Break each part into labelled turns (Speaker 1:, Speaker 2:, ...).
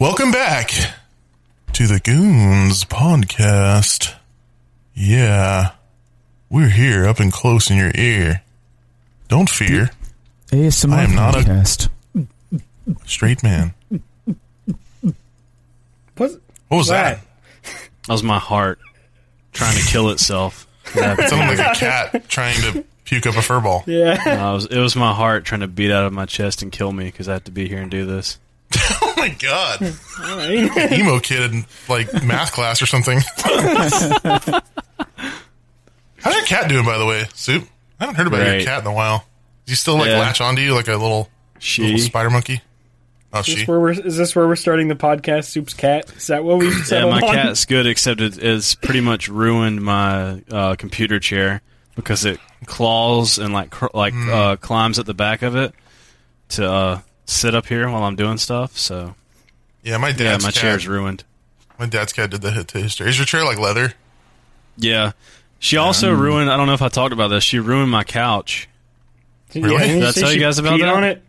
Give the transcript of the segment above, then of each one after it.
Speaker 1: Welcome back to the Goons podcast. Yeah, we're here up and close in your ear. Don't fear,
Speaker 2: ASMR
Speaker 1: I am not a-
Speaker 2: podcast.
Speaker 1: straight man.
Speaker 3: What?
Speaker 1: What was
Speaker 3: Wow.
Speaker 1: that?
Speaker 4: That was my heart trying to kill itself. That
Speaker 1: It sounded like a cat trying to puke up a fur ball.
Speaker 3: Yeah.
Speaker 4: I was, it was my heart trying to beat out of my chest and kill me because I have to be here and do this.
Speaker 1: Oh my god, emo kid in like math class or something. How's your cat doing, by the way, Soup? I haven't heard about your
Speaker 4: Great.
Speaker 1: cat in a while. Does he still like
Speaker 4: Yeah.
Speaker 1: latch onto you like a little,
Speaker 4: She,
Speaker 1: little spider monkey? Oh,
Speaker 3: Is
Speaker 1: she.
Speaker 3: this where we're is this where we're starting the podcast? Soup's cat. Is that what we
Speaker 4: yeah,
Speaker 3: settled
Speaker 4: my
Speaker 3: on?
Speaker 4: cat's good, except it has pretty much ruined my uh, computer chair because it claws and like cr- like uh, climbs at the back of it to uh, sit up here while I'm doing stuff. So
Speaker 1: Yeah, my
Speaker 4: yeah,
Speaker 1: dad's
Speaker 4: my
Speaker 1: cat.
Speaker 4: chair's ruined.
Speaker 1: My dad's cat did that hit to his chair. Is your chair like leather?
Speaker 4: Yeah, Hmm. she also ruined. I don't know if I talked about this. She ruined my couch.
Speaker 1: Really?
Speaker 3: didn't
Speaker 4: Did I
Speaker 3: say
Speaker 4: tell you
Speaker 3: she
Speaker 4: guys about
Speaker 3: peed
Speaker 4: that?
Speaker 3: on it?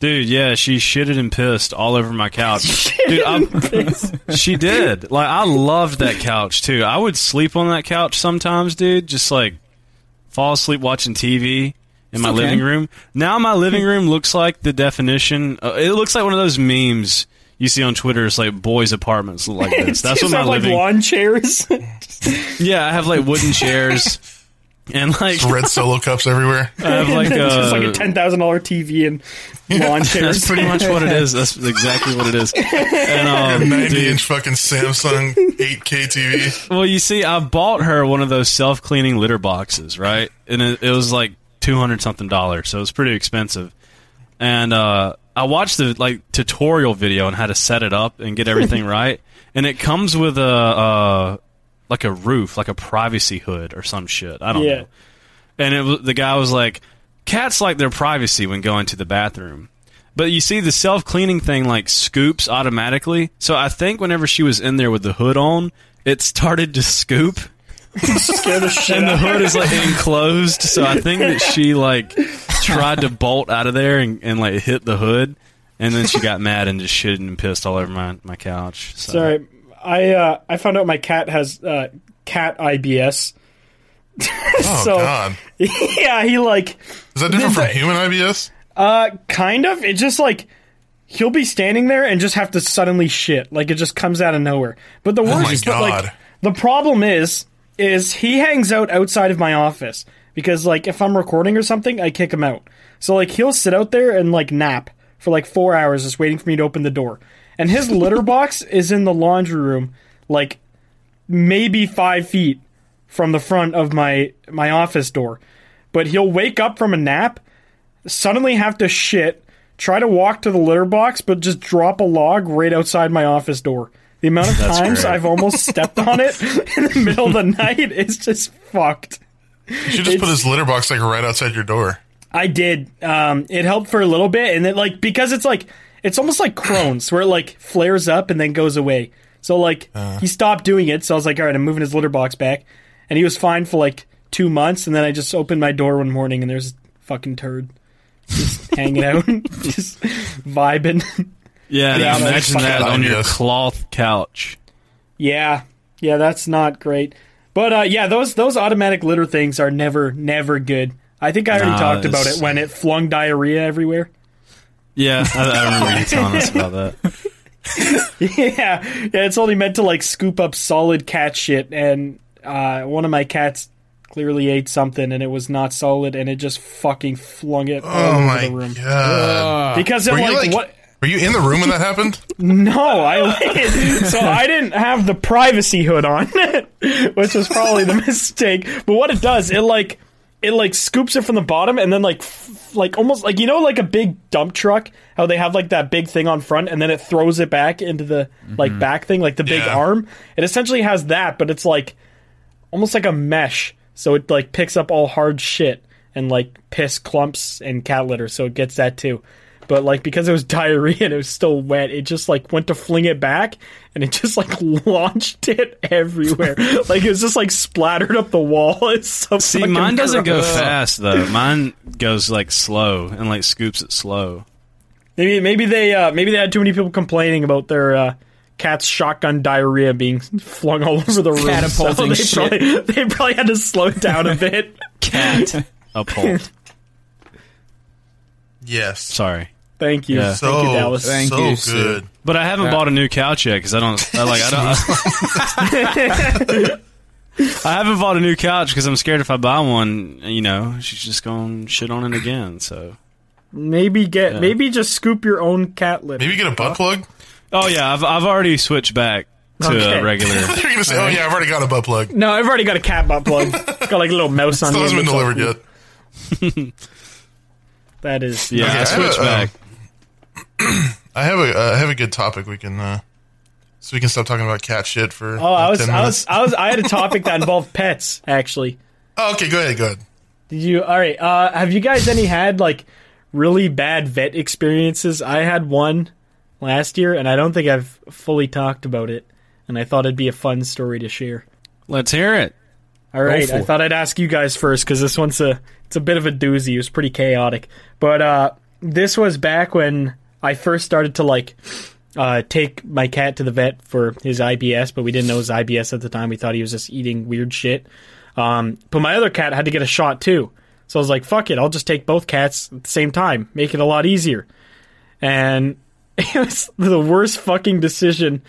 Speaker 4: Dude, yeah, she shitted and pissed all over my couch. Dude, I, she did. Like, I loved that couch too. I would sleep on that couch sometimes, dude. Just like fall asleep watching TV in my
Speaker 2: okay.
Speaker 4: living room. Now my living room looks like the definition. Uh, it looks like one of those memes you see on Twitter. It's like boys' apartments look like this. That's what
Speaker 3: Is
Speaker 4: my
Speaker 3: that like
Speaker 4: living.
Speaker 3: lawn chairs?
Speaker 4: yeah, I have like wooden chairs and like
Speaker 1: Red solo cups everywhere.
Speaker 4: I have like
Speaker 3: it's just like
Speaker 4: uh,
Speaker 3: a ten thousand dollar TV and lawn chairs.
Speaker 4: that's pretty much what it is. That's exactly what it is. And, um,
Speaker 1: Ninety
Speaker 4: dude,
Speaker 1: inch fucking Samsung 8K TV.
Speaker 4: Well, you see, I bought her one of those self cleaning litter boxes, right? And it, it was like two hundred something dollars, so it was pretty expensive. And uh, I watched the like tutorial video on how to set it up and get everything right. And it comes with a uh, like a roof, like a privacy hood or some shit. I don't
Speaker 3: Yeah.
Speaker 4: know. And it, was- the guy was like, "Cats like their privacy when going to the bathroom." But you see, the self cleaning thing like scoops automatically. So I think whenever she was in there with the hood on, it started to scoop,
Speaker 3: Scare the shit
Speaker 4: and the
Speaker 3: out of
Speaker 4: hood is like enclosed. So I think that she like tried to bolt out of there and, and like hit the hood, and then she got mad and just shitted and pissed all over my my couch. So.
Speaker 3: Sorry, I uh, I found out my cat has uh, cat IBS.
Speaker 1: Oh
Speaker 3: So-
Speaker 1: god,
Speaker 3: yeah, he like
Speaker 1: is that different from human IBS?
Speaker 3: uh, kind of. It just like he'll be standing there and just have to suddenly shit. Like it just comes out of nowhere. But the worst
Speaker 1: Oh my
Speaker 3: is that like
Speaker 1: God.
Speaker 3: the problem is is he hangs out outside of my office because like if I'm recording or something, I kick him out. So like he'll sit out there and like nap for like four hours just waiting for me to open the door. And his litter box is in the laundry room, like maybe five feet from the front of my my office door. But he'll wake up from a nap, suddenly have to shit, try to walk to the litter box, but just drop a log right outside my office door. The amount of times
Speaker 4: great.
Speaker 3: I've almost stepped on it in the middle of the night is just fucked.
Speaker 1: You should just put his litter box like right outside your door.
Speaker 3: I did. Um, it helped for a little bit, and it like because it's like it's almost like Crohn's, where it like flares up and then goes away. So like
Speaker 4: Uh-huh.
Speaker 3: he stopped doing it. So I was like, all right, I'm moving his litter box back, and he was fine for like two months, and then I just opened my door one morning and there's a fucking turd just hanging out, just vibing.
Speaker 4: Yeah,
Speaker 1: Yeah,
Speaker 4: now imagine
Speaker 1: fuck
Speaker 4: that
Speaker 1: out
Speaker 4: on your
Speaker 1: IBS.
Speaker 4: cloth couch.
Speaker 3: yeah, yeah, that's not great. But uh, yeah, those those automatic litter things are never never good. I think I already
Speaker 4: Nah,
Speaker 3: talked about
Speaker 4: it's-
Speaker 3: it when it flung diarrhea everywhere.
Speaker 4: Yeah, I, I remember you telling us about that.
Speaker 3: yeah, yeah. It's only meant to like scoop up solid cat shit, and uh, one of my cats clearly ate something, and it was not solid, and it just fucking flung it all
Speaker 1: Oh
Speaker 3: over
Speaker 1: my
Speaker 3: the room
Speaker 1: god!
Speaker 3: because it
Speaker 1: Were
Speaker 3: like,
Speaker 1: you like
Speaker 3: what?
Speaker 1: Were you in the room when that happened?
Speaker 3: No, I so I didn't have the privacy hood on, which was probably the mistake. But what it does, it like it like scoops it from the bottom and then like f- like almost like you know like a big dump truck how they have like that big thing on front and then it throws it back into the like back thing like the big
Speaker 1: Yeah.
Speaker 3: arm. It essentially has that, but it's like almost like a mesh, so it like picks up all hard shit and like piss clumps and cat litter, so it gets that too. But like because it was diarrhea and it was still wet, it just like went to fling it back and it just like launched it everywhere. like it was just like splattered up the wall. It's so
Speaker 4: See,
Speaker 3: fucking
Speaker 4: mine doesn't go
Speaker 3: gross.
Speaker 4: fast though. Mine goes like slow and like scoops it slow.
Speaker 3: Maybe maybe they uh, maybe they had too many people complaining about their uh, cat's shotgun diarrhea being flung all over the room.
Speaker 2: Catapulting
Speaker 3: so
Speaker 2: shit.
Speaker 3: they, probably, they probably had to slow it down a bit.
Speaker 4: Cat uphold.
Speaker 1: Yes.
Speaker 4: Sorry.
Speaker 3: Thank you,
Speaker 4: Yeah.
Speaker 1: So
Speaker 3: thank you, Dallas.
Speaker 2: Thank
Speaker 1: so
Speaker 2: you, Sid.
Speaker 1: good.
Speaker 4: But I haven't bought a new couch yet because I don't I, like I don't. I haven't bought a new couch because I'm scared if I buy one, you know, she's just going to shit on it again. So,
Speaker 3: Maybe get maybe just scoop your own cat litter.
Speaker 1: Maybe get a butt plug.
Speaker 4: oh yeah, I've I've already switched back to
Speaker 3: Okay.
Speaker 4: a regular.
Speaker 1: You're gonna say, "Oh yeah, I've already got a butt plug."
Speaker 3: No, I've already got a cat butt plug. It's got like a little mouse on
Speaker 1: Still
Speaker 3: it.
Speaker 1: hasn't been
Speaker 3: That's
Speaker 1: delivered
Speaker 3: all-
Speaker 1: yet.
Speaker 3: That is
Speaker 4: Yeah,
Speaker 1: Okay, I
Speaker 4: I switched
Speaker 1: have a,
Speaker 4: back.
Speaker 1: I have a uh, I have a good topic we can uh so we can stop talking about cat shit for.
Speaker 3: Oh, I
Speaker 1: like,
Speaker 3: was
Speaker 1: 10
Speaker 3: I
Speaker 1: minutes.
Speaker 3: was I was I had a topic that involved pets actually.
Speaker 1: Oh, okay, go ahead, go ahead.
Speaker 3: Did you All right, uh have you guys any had like really bad vet experiences? I had one last year and I don't think I've fully talked about it and I thought it'd be a fun story to share.
Speaker 4: Let's hear it.
Speaker 3: All right,
Speaker 2: for
Speaker 3: I
Speaker 2: it.
Speaker 3: thought I'd ask you guys first because this one's a it's a bit of a doozy. It was pretty chaotic, but uh, this was back when I first started to like uh, take my cat to the vet for his IBS, but we didn't know it was IBS at the time. We thought he was just eating weird shit. Um, but my other cat had to get a shot too, so I was like, "Fuck it, I'll just take both cats at the same time, make it a lot easier." And it was the worst fucking decision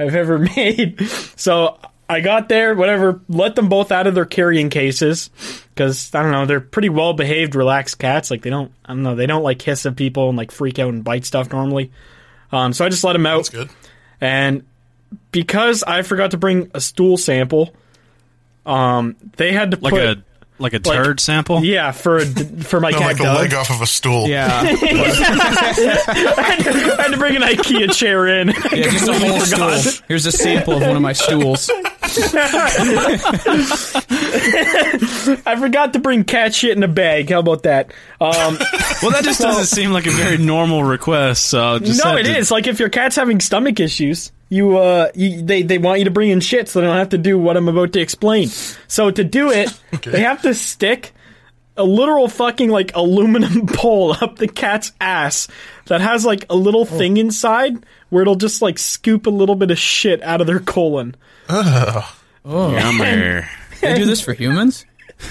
Speaker 3: I've ever made. So I got there, whatever, let them both out of their carrying cases because I don't know, they're pretty well behaved, relaxed cats. Like they don't, I don't know, they don't like hiss at people and like freak out and bite stuff normally. Um, so I just let them out,
Speaker 1: That's good.
Speaker 3: and because I forgot to bring a stool sample, um, they had to
Speaker 4: Like
Speaker 3: put
Speaker 4: a like a turd sample.
Speaker 3: yeah for a, for my
Speaker 1: No,
Speaker 3: Oh, cat
Speaker 1: like a
Speaker 3: Doug.
Speaker 1: leg off of a stool.
Speaker 2: Yeah,
Speaker 3: I had to bring an IKEA chair in.
Speaker 2: yeah, just a whole stool. Here's a sample of one of my stools.
Speaker 3: I forgot to bring cat shit in a bag. How about that? Um,
Speaker 4: Well, that just doesn't seem like a very normal request. So I'll just
Speaker 3: no,
Speaker 4: have
Speaker 3: it is
Speaker 4: to-
Speaker 3: Like if your cat's having stomach issues, you uh, you, they they want you to bring in shit so they don't have to do what I'm about to explain. So to do it, they have to stick a literal fucking like aluminum pole up the cat's ass that has like a
Speaker 4: Oh.
Speaker 3: little thing inside where it'll just like scoop a little bit of shit out of their colon.
Speaker 4: Come here.
Speaker 2: They do this for humans.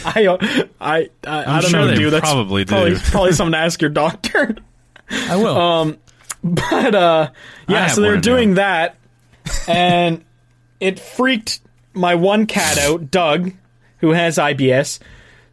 Speaker 3: I I I, I
Speaker 4: I'm
Speaker 3: don't
Speaker 4: sure
Speaker 3: know,
Speaker 4: they
Speaker 3: dude. That's
Speaker 4: probably do.
Speaker 3: probably probably something to ask your doctor.
Speaker 2: I will.
Speaker 3: but uh
Speaker 4: I
Speaker 3: yeah
Speaker 4: have
Speaker 3: so they
Speaker 4: one
Speaker 3: were
Speaker 4: now.
Speaker 3: doing that and it freaked my one cat out doug who has ibs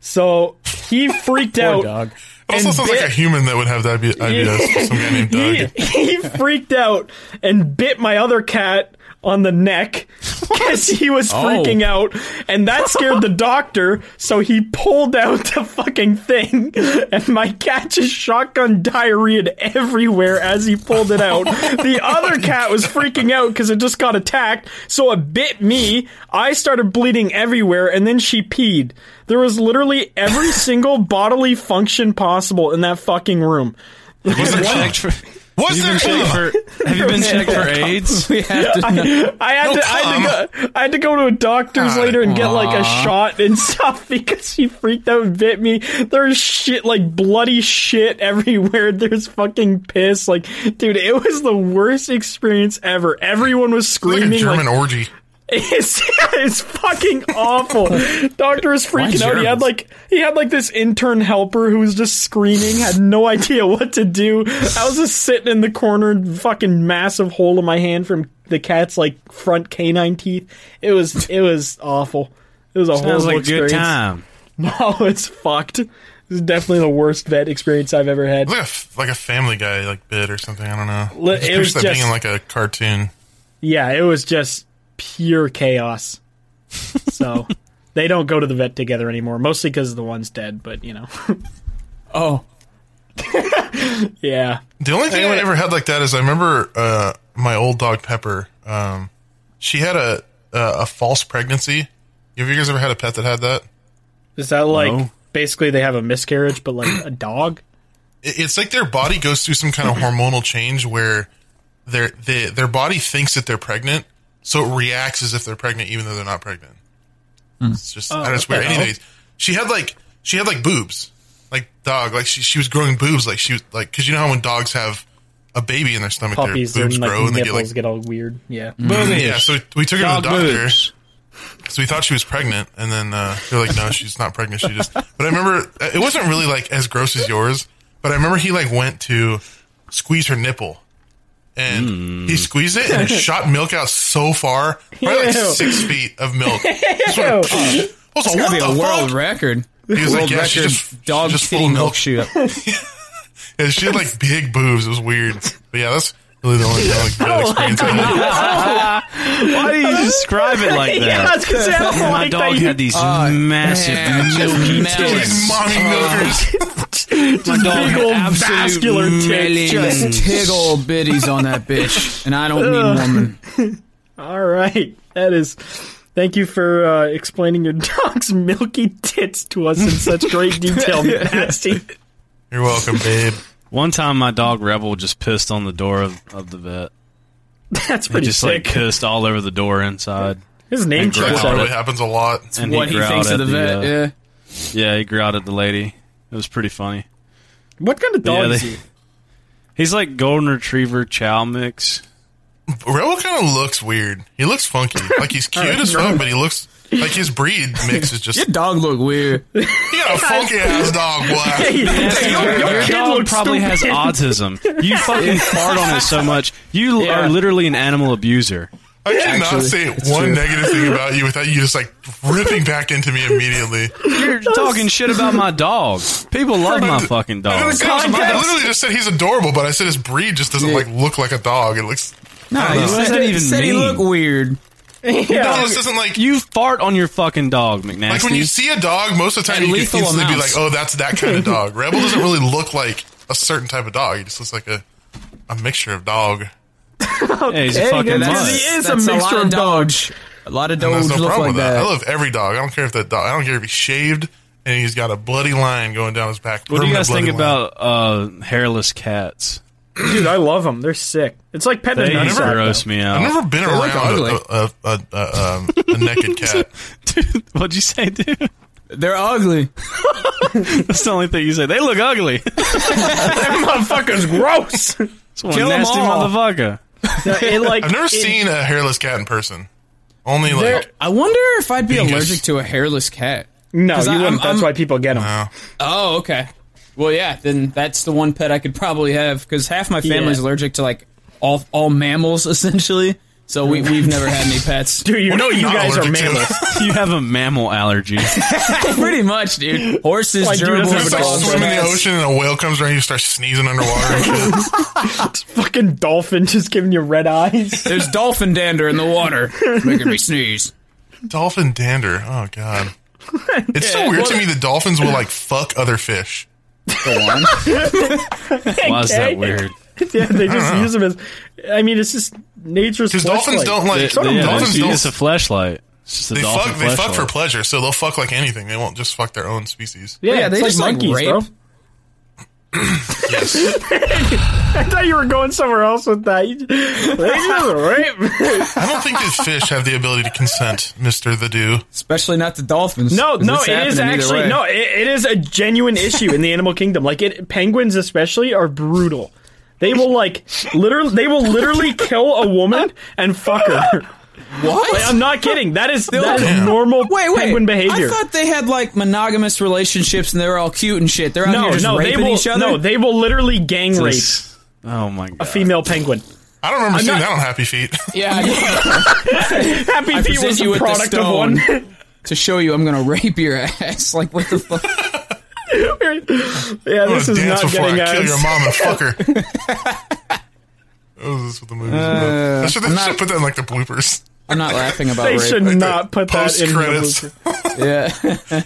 Speaker 3: so he freaked out
Speaker 2: dog.
Speaker 1: Also
Speaker 3: And
Speaker 1: sounds like
Speaker 3: bit-
Speaker 1: a human that would have that IBS. Some guy named Doug.
Speaker 3: he, he freaked out and bit my other cat on the neck because he was freaking out, and that scared the doctor. So he pulled out the fucking thing, and my cat just shotgun diarrheaed everywhere as he pulled it out. The other cat was freaking out because it just got attacked, so it bit me. I started bleeding everywhere, and then she peed. There was literally every single bodily function possible in that fucking room.
Speaker 4: Was it checked for?
Speaker 1: Was
Speaker 4: Have you
Speaker 1: there
Speaker 4: been checked for? Have you been checked for AIDS?
Speaker 2: we have to.
Speaker 3: I had
Speaker 1: No,
Speaker 3: to, I had to go, I had to go to a doctor's
Speaker 1: God.
Speaker 3: later and get like a shot and stuff because she freaked out and bit me. There's shit like bloody shit everywhere. There's fucking piss. Like, dude, it was the worst experience ever. Everyone was
Speaker 1: like
Speaker 3: screaming.
Speaker 1: a German
Speaker 3: like-
Speaker 1: orgy?
Speaker 3: It's, it's fucking awful. Doctor is freaking out. He had
Speaker 2: Germans?
Speaker 3: like he had like this intern helper who was just screaming, had no idea what to do. I was just sitting in the corner, fucking massive hole in my hand from the cat's like front canine teeth. It was it was awful. It was a
Speaker 4: Sounds
Speaker 3: horrible
Speaker 4: like a good
Speaker 3: experience.
Speaker 4: time.
Speaker 3: No, it's fucked. This is definitely the worst vet experience I've ever had.
Speaker 1: It's like a f- like a Family Guy like bit or something. I don't know.
Speaker 3: Li-
Speaker 1: I just
Speaker 3: it was
Speaker 1: picture that
Speaker 3: just-
Speaker 1: being in like a cartoon.
Speaker 3: Yeah, it was just pure chaos. So they don't go to the vet together anymore, mostly because the one's dead. But you know,
Speaker 2: Oh,
Speaker 3: yeah,
Speaker 1: The only thing I ever had like that is I remember uh, my old dog Pepper. Um, she had a uh, a false pregnancy. Have you guys ever had a pet that had that?
Speaker 3: is that like
Speaker 4: No.
Speaker 3: basically they have a miscarriage, but like a dog?
Speaker 1: It- It's like their body goes through some kind of hormonal change where their they, their body thinks that they're pregnant, so it reacts as if they're pregnant even though they're not pregnant.
Speaker 3: Hmm.
Speaker 1: It's just
Speaker 4: Oh,
Speaker 1: I just weird. Anyways, she had like she had like boobs, like dog, like she she was growing boobs, like she was like because you know how when dogs have a baby in their stomach,
Speaker 3: Puppies,
Speaker 1: their
Speaker 3: their
Speaker 1: boobs
Speaker 3: like,
Speaker 1: grow and they get
Speaker 3: nipples
Speaker 1: like
Speaker 3: get, all weird. Yeah,
Speaker 1: Yeah, so we took her to the
Speaker 4: Dog
Speaker 1: doctor
Speaker 4: boobs.
Speaker 1: because we thought she was pregnant, and then uh, they're like, "No, she's not pregnant. She just." But I remember it wasn't really like as gross as yours, but I remember he like went to squeeze her nipple, and
Speaker 2: Hmm.
Speaker 1: he squeezed it and it shot milk out so far, probably like
Speaker 3: Ew.
Speaker 1: six feet of milk. Just went, I was like,
Speaker 2: it's
Speaker 1: "What
Speaker 2: gotta be a
Speaker 1: the
Speaker 2: world
Speaker 1: fuck?"
Speaker 2: record.
Speaker 1: was like,
Speaker 2: world
Speaker 1: yeah, she
Speaker 2: record
Speaker 1: just-
Speaker 2: dog
Speaker 1: she just full
Speaker 2: titty
Speaker 1: of
Speaker 2: milk
Speaker 1: milk.
Speaker 2: shoot.
Speaker 1: And she had like big boobs. It was weird, but yeah, that's really the only like bad experience I had.
Speaker 4: Why do you describe it like that?
Speaker 3: yeah, I was gonna say, I don't
Speaker 4: My
Speaker 3: like
Speaker 4: dog
Speaker 3: that you-
Speaker 4: had these massive
Speaker 2: man.
Speaker 4: milky
Speaker 2: Just Oh.
Speaker 4: tits.
Speaker 1: These mommy milkers.
Speaker 4: My dog
Speaker 3: big
Speaker 4: had
Speaker 3: old
Speaker 4: absolute
Speaker 3: vascular tits.
Speaker 4: melons.
Speaker 2: Just tiggle bitties on that bitch, and I don't mean woman.
Speaker 3: all right, that is. Thank you for uh, explaining your dog's milky tits to us in such great detail, Nasty.
Speaker 1: You're welcome, babe.
Speaker 4: One time, my dog Rebel just pissed on the door of, of the vet.
Speaker 3: That's
Speaker 4: He
Speaker 3: pretty
Speaker 4: just like
Speaker 3: sick.
Speaker 4: pissed all over the door inside.
Speaker 3: His name
Speaker 4: and
Speaker 3: checks
Speaker 1: That
Speaker 4: growl.
Speaker 3: out.
Speaker 1: probably happens a lot.
Speaker 4: And
Speaker 2: What he
Speaker 4: growled
Speaker 2: thinks of
Speaker 4: at
Speaker 2: the vet?
Speaker 4: uh,
Speaker 2: yeah.
Speaker 4: yeah, he growled at the lady. It was pretty funny.
Speaker 3: What kind of dog
Speaker 4: Yeah,
Speaker 3: is
Speaker 4: they-
Speaker 3: he?
Speaker 4: He's like golden retriever chow mix.
Speaker 1: Rebel kind of looks weird. He looks funky. Like he's cute as fuck, but he looks like his breed mix is just
Speaker 2: Your dog look weird.
Speaker 1: he got a funky ass dog. Boy.
Speaker 3: Hey, your- your
Speaker 4: Your
Speaker 3: kid
Speaker 4: dog
Speaker 3: looks
Speaker 4: probably has
Speaker 3: stupid.
Speaker 4: autism. You fucking fart on it so much. You l-
Speaker 2: Yeah.
Speaker 4: are literally an animal abuser.
Speaker 1: I cannot
Speaker 2: Actually,
Speaker 1: say
Speaker 2: it's
Speaker 1: one
Speaker 2: true.
Speaker 1: negative thing about you without you just like ripping back into me immediately.
Speaker 4: You're talking shit about my dog. People love my fucking
Speaker 1: I
Speaker 4: dog.
Speaker 1: literally just said he's adorable, but I said his breed just doesn't
Speaker 2: Yeah.
Speaker 1: like look like a dog. It looks
Speaker 2: No,
Speaker 4: don't know.
Speaker 2: he
Speaker 4: What does that
Speaker 2: said-
Speaker 4: even
Speaker 2: said he
Speaker 4: mean?
Speaker 2: look weird.
Speaker 1: it
Speaker 3: Yeah.
Speaker 1: just doesn't like
Speaker 4: You fart on your fucking dog, McNasty.
Speaker 1: like when you see a dog. Most of the time,
Speaker 2: And
Speaker 1: you can
Speaker 2: lethal
Speaker 1: instantly be like,
Speaker 2: amounts.
Speaker 1: "Oh, that's that kind of dog." Rebel doesn't really look like a certain type of dog. He just looks like a a mixture of dog.
Speaker 4: Yeah, he's
Speaker 2: There
Speaker 4: a
Speaker 2: you
Speaker 4: fucking
Speaker 2: go.
Speaker 4: mutt.
Speaker 3: He is a
Speaker 2: that's
Speaker 3: mixture
Speaker 2: lot
Speaker 3: of
Speaker 2: of dogs. A lot of
Speaker 1: And
Speaker 2: dogs
Speaker 1: there's no
Speaker 2: look
Speaker 1: problem
Speaker 2: like
Speaker 1: with
Speaker 2: that.
Speaker 1: that. I love every dog. I don't care if that dog. I don't care if he's shaved and he's got a bloody line going down his back.
Speaker 4: What do you
Speaker 1: permanent
Speaker 4: guys think
Speaker 1: bloody line.
Speaker 4: about uh, hairless cats?
Speaker 3: Dude, I love them. They're sick. It's like petting
Speaker 4: They
Speaker 3: a nutsack, though.
Speaker 4: gross me out.
Speaker 1: I've never been
Speaker 2: look
Speaker 1: around
Speaker 2: ugly.
Speaker 1: a, a, a, a, um, a naked cat.
Speaker 4: Dude, what'd you say, dude?
Speaker 2: They're ugly.
Speaker 4: That's the only thing you say. They look ugly.
Speaker 3: motherfucker's gross.
Speaker 4: It's one
Speaker 2: Kill 'em
Speaker 4: nasty
Speaker 2: all.
Speaker 4: motherfucker.
Speaker 3: it, like,
Speaker 1: I've never
Speaker 3: it-
Speaker 1: seen a hairless cat in person. Only like
Speaker 2: I wonder if I'd be
Speaker 1: Being just-
Speaker 2: allergic to a hairless cat.
Speaker 3: No,
Speaker 2: 'Cause
Speaker 3: you
Speaker 2: I-
Speaker 3: wouldn't.
Speaker 2: I'm-
Speaker 3: That's
Speaker 2: I'm-
Speaker 3: why people get them.
Speaker 1: no.
Speaker 2: Oh, okay. Well, yeah, then that's the one pet I could probably have because half my family's
Speaker 3: Yeah.
Speaker 2: allergic to like all all mammals essentially. So we we've never had any pets.
Speaker 3: Dude, you
Speaker 1: What
Speaker 3: know
Speaker 1: are you
Speaker 3: you
Speaker 1: not
Speaker 3: guys are
Speaker 1: allergic to?
Speaker 3: mammals.
Speaker 4: You have a mammal allergy.
Speaker 2: Pretty much, dude. Horses,
Speaker 3: Like, dude,
Speaker 2: gerbils,
Speaker 3: it's
Speaker 1: It's like
Speaker 2: dogs,
Speaker 1: swim in the
Speaker 2: cats.
Speaker 1: ocean and a whale comes around. You start sneezing underwater. And shit.
Speaker 3: Fucking dolphin just giving you red eyes.
Speaker 2: There's dolphin dander in the water, making me sneeze.
Speaker 1: Dolphin dander. Oh god. It's so weird to me that dolphins will like fuck other fish.
Speaker 4: Why is
Speaker 3: Okay.
Speaker 4: that weird?
Speaker 3: yeah, they just use them as. I mean, it's just nature's.
Speaker 1: Because Uh-huh. dolphins
Speaker 3: fleshlight.
Speaker 1: don't like
Speaker 4: They-
Speaker 1: they,
Speaker 4: yeah,
Speaker 1: dolphins
Speaker 4: it's,
Speaker 1: don't.
Speaker 4: it's a flashlight. It's just a
Speaker 1: they
Speaker 4: dolphin
Speaker 1: fuck. They fuck for
Speaker 4: fleshlight.
Speaker 1: pleasure, so they'll fuck like anything. They won't just fuck their own species.
Speaker 3: Yeah,
Speaker 2: Yeah,
Speaker 3: it's
Speaker 2: they
Speaker 3: like
Speaker 2: just, like,
Speaker 3: monkeys,
Speaker 2: rape.
Speaker 3: bro.
Speaker 1: Yes.
Speaker 3: I thought you were going somewhere else with that. You- They just rape.
Speaker 1: I don't think that fish have the ability to consent, Mister the Do.
Speaker 2: Especially not the dolphins.
Speaker 3: No,
Speaker 2: 'cause
Speaker 3: no,
Speaker 2: it's
Speaker 3: it is
Speaker 2: happening either
Speaker 3: actually
Speaker 2: way.
Speaker 3: no, it, it is a genuine issue in the animal kingdom. Like it, penguins especially are brutal. They will like literally, they will literally kill a woman and fuck her.
Speaker 2: What?
Speaker 3: Like, I'm not kidding. That is that is
Speaker 1: Yeah.
Speaker 3: normal
Speaker 2: Wait, wait.
Speaker 3: penguin behavior.
Speaker 2: I thought they had like monogamous relationships and they're all cute and shit. They're out
Speaker 3: no,
Speaker 2: here just
Speaker 3: no, they
Speaker 2: raping
Speaker 3: will.
Speaker 2: each other.
Speaker 3: No, they will literally gang rape
Speaker 4: This- Oh my god.
Speaker 3: a female penguin.
Speaker 1: I don't remember
Speaker 3: I'm
Speaker 1: seeing
Speaker 3: not-
Speaker 1: that on Happy Feet.
Speaker 2: yeah, yeah.
Speaker 3: Happy
Speaker 2: I
Speaker 3: Feet
Speaker 2: present
Speaker 3: was
Speaker 2: you
Speaker 3: the
Speaker 2: with the
Speaker 3: product of
Speaker 2: stone.
Speaker 3: one.
Speaker 2: to show you, I'm gonna rape your ass. Like what the fuck?
Speaker 3: yeah,
Speaker 1: I'm
Speaker 3: this
Speaker 1: gonna
Speaker 3: is
Speaker 1: dance
Speaker 3: not
Speaker 1: before I
Speaker 3: getting
Speaker 1: kill your
Speaker 3: ads.
Speaker 1: mom and fuck her. oh, this is what the movie's
Speaker 3: Uh,
Speaker 1: about. They should, they should put that in like the bloopers.
Speaker 2: I'm not laughing about
Speaker 3: They
Speaker 2: rape.
Speaker 3: should
Speaker 1: Like the
Speaker 3: not put that in.
Speaker 1: post-credits.
Speaker 3: the blooper.
Speaker 2: Yeah,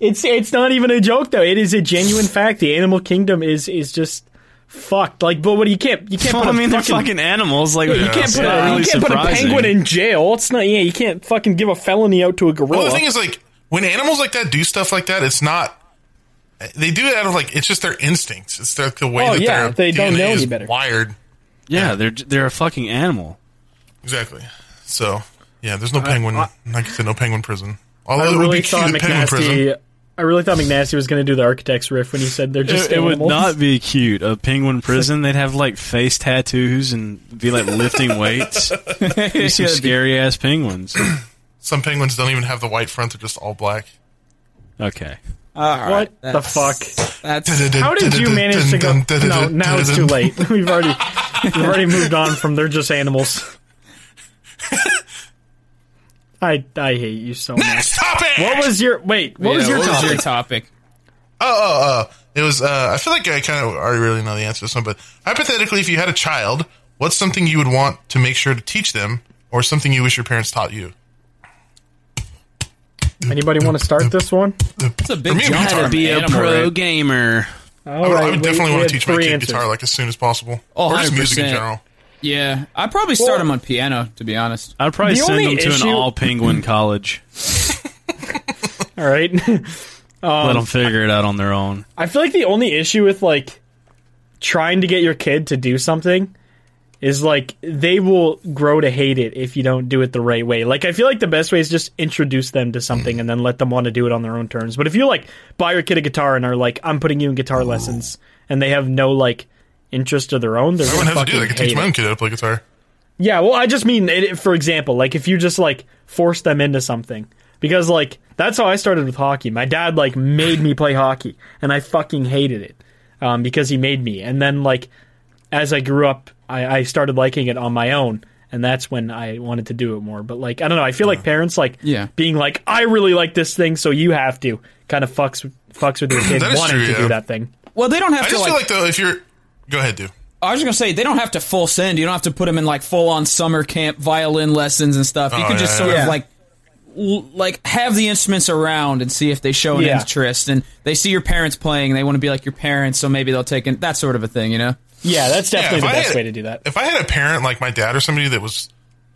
Speaker 3: It's it's not even a joke though. It is a genuine fact. The animal kingdom is is just fucked. Like, but what you can't you can't
Speaker 4: Well,
Speaker 3: put
Speaker 4: I
Speaker 3: a
Speaker 4: mean, they're
Speaker 3: fucking,
Speaker 4: fucking animals. Like
Speaker 3: you can't
Speaker 4: it's
Speaker 3: put,
Speaker 4: not
Speaker 3: a,
Speaker 4: really
Speaker 3: you can't put a
Speaker 4: surprising.
Speaker 3: penguin in jail. It's not yeah. You can't fucking give a felony out to a gorilla.
Speaker 1: Well, the thing is, like, when animals like that do stuff like that, it's not. They do it out of like it's just their instincts. It's like the way
Speaker 3: Oh,
Speaker 1: that
Speaker 3: yeah,
Speaker 1: their
Speaker 3: they don't
Speaker 1: DNA
Speaker 3: know
Speaker 1: is
Speaker 3: any better.
Speaker 1: wired.
Speaker 4: Yeah, they're they're a fucking animal.
Speaker 1: Exactly. So yeah, there's no penguin. I, like I said, no penguin prison. Although
Speaker 3: I
Speaker 1: it would be
Speaker 3: really
Speaker 1: cute
Speaker 3: thought
Speaker 1: in penguin prison.
Speaker 3: McNasty. I really thought McNasty was going to do the Architects riff when he said they're just
Speaker 4: It, it would
Speaker 3: animals.
Speaker 4: not be cute. A penguin prison. They'd have like face tattoos and be like lifting weights. Be some scary ass penguins.
Speaker 1: Some penguins don't even have the white front; they're just all black.
Speaker 4: Okay.
Speaker 3: What the fuck?
Speaker 2: that's
Speaker 3: How did you manage to go? No, now it's too late. We've already we've already moved on from they're just animals. I I hate you so much.
Speaker 1: Next topic.
Speaker 3: What was your wait? What was
Speaker 2: Yeah,
Speaker 3: your
Speaker 2: what
Speaker 3: topic?
Speaker 2: Was your topic?
Speaker 1: Oh, oh, oh. It was, uh, I feel like I kind of already really know the answer to this one, but hypothetically, if you had a child, what's something you would want to make sure to teach them or something you wish your parents taught you?
Speaker 3: Anybody want to start this one?
Speaker 2: It's a big
Speaker 1: me, it would
Speaker 2: jump
Speaker 1: be
Speaker 2: to
Speaker 1: guitar.
Speaker 2: be a pro.
Speaker 4: gamer.
Speaker 1: I
Speaker 3: All
Speaker 1: would, I
Speaker 3: right,
Speaker 1: would
Speaker 3: we-
Speaker 1: definitely
Speaker 3: we
Speaker 1: want
Speaker 3: had
Speaker 1: to teach my
Speaker 3: three
Speaker 1: kid
Speaker 3: answers.
Speaker 1: guitar like as soon as possible.
Speaker 2: Oh,
Speaker 1: or just music in
Speaker 2: 100%.
Speaker 1: general.
Speaker 2: Yeah, I'd probably start him on piano. To be honest,
Speaker 4: I'd probably
Speaker 3: The
Speaker 4: send
Speaker 3: only
Speaker 4: them to
Speaker 3: issue-
Speaker 4: an all penguin college.
Speaker 3: All right. Um,
Speaker 4: Let them figure it out on their own.
Speaker 3: I feel like the only issue with like trying to get your kid to do something is like they will grow to hate it if you don't do it the right way. Like I feel like the best way is just introduce them to
Speaker 1: Mm.
Speaker 3: something and then let them want to do it on their own terms. But if you like buy your kid a guitar and are like I'm putting you in
Speaker 1: Oh.
Speaker 3: guitar lessons and they have no like interest of their own, they're
Speaker 1: I
Speaker 3: going
Speaker 1: wouldn't
Speaker 3: to
Speaker 1: have to
Speaker 3: fucking
Speaker 1: do that. I could
Speaker 3: hate
Speaker 1: teach my
Speaker 3: it.
Speaker 1: own kid how to play guitar.
Speaker 3: Yeah, well, I just mean, it, for example, like if you just like force them into something, because like that's how I started with hockey. My dad like made me play hockey, and I fucking hated it um, because he made me. And then like as I grew up, I, I started liking it on my own, and that's when I wanted to do it more. But like I don't know, I feel
Speaker 1: Uh,
Speaker 3: like parents like
Speaker 2: Yeah.
Speaker 3: being like, I really like this thing, so you have to kind of fucks fucks with your kid
Speaker 1: That is
Speaker 3: wanting
Speaker 1: true,
Speaker 3: to
Speaker 1: yeah.
Speaker 3: do that thing.
Speaker 2: well, they don't
Speaker 1: I
Speaker 2: have to
Speaker 1: just
Speaker 2: like,
Speaker 1: feel like, though, if you're. Go ahead, dude.
Speaker 2: I was just gonna say they don't have to full send. You don't have to put them in like full on summer camp violin lessons and stuff. You
Speaker 1: Oh,
Speaker 2: could just
Speaker 1: yeah,
Speaker 2: sort
Speaker 1: yeah.
Speaker 2: of like l- like have the instruments around and see if they show an
Speaker 3: Yeah.
Speaker 2: interest and they see your parents playing and they want to be like your parents, so maybe they'll take in that sort of a thing. You know?
Speaker 3: Yeah, that's definitely
Speaker 1: if
Speaker 3: the
Speaker 1: I
Speaker 3: best
Speaker 1: had-
Speaker 3: way to do that.
Speaker 1: If I had a parent like my dad or somebody that was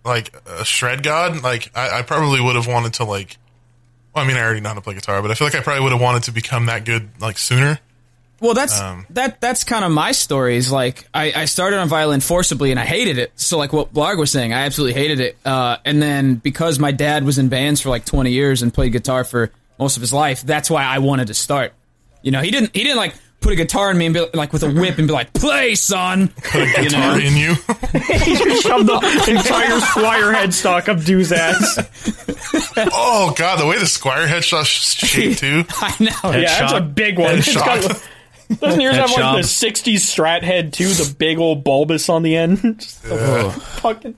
Speaker 1: like a shred god, like I, I probably would have wanted to like. Well, I mean, I already know how to play guitar, but I feel like I probably would have wanted to become that good like sooner.
Speaker 2: Well, that's that that's kind of my story. Is like I, I started on violin forcibly and I hated it. So like what Blarg was saying, I absolutely hated it. Uh, and then because my dad was in bands for like twenty years and played guitar for most of his life, that's why I wanted to start. You know, he didn't he didn't like put a guitar in me and be like with a whip and be like play son. You
Speaker 1: Guitar
Speaker 2: know?
Speaker 1: in you.
Speaker 3: Shove the entire squire headstock up dude's ass.
Speaker 1: Oh god, the way the squire headshot sh- shaped too.
Speaker 2: I know.
Speaker 3: Yeah, that's a
Speaker 4: Headshot.
Speaker 3: big one. It's
Speaker 1: Headshot.
Speaker 3: got- doesn't yours have like the
Speaker 4: Headshot.
Speaker 3: '60s Strat head too? The big old bulbous on the end. Just the fucking-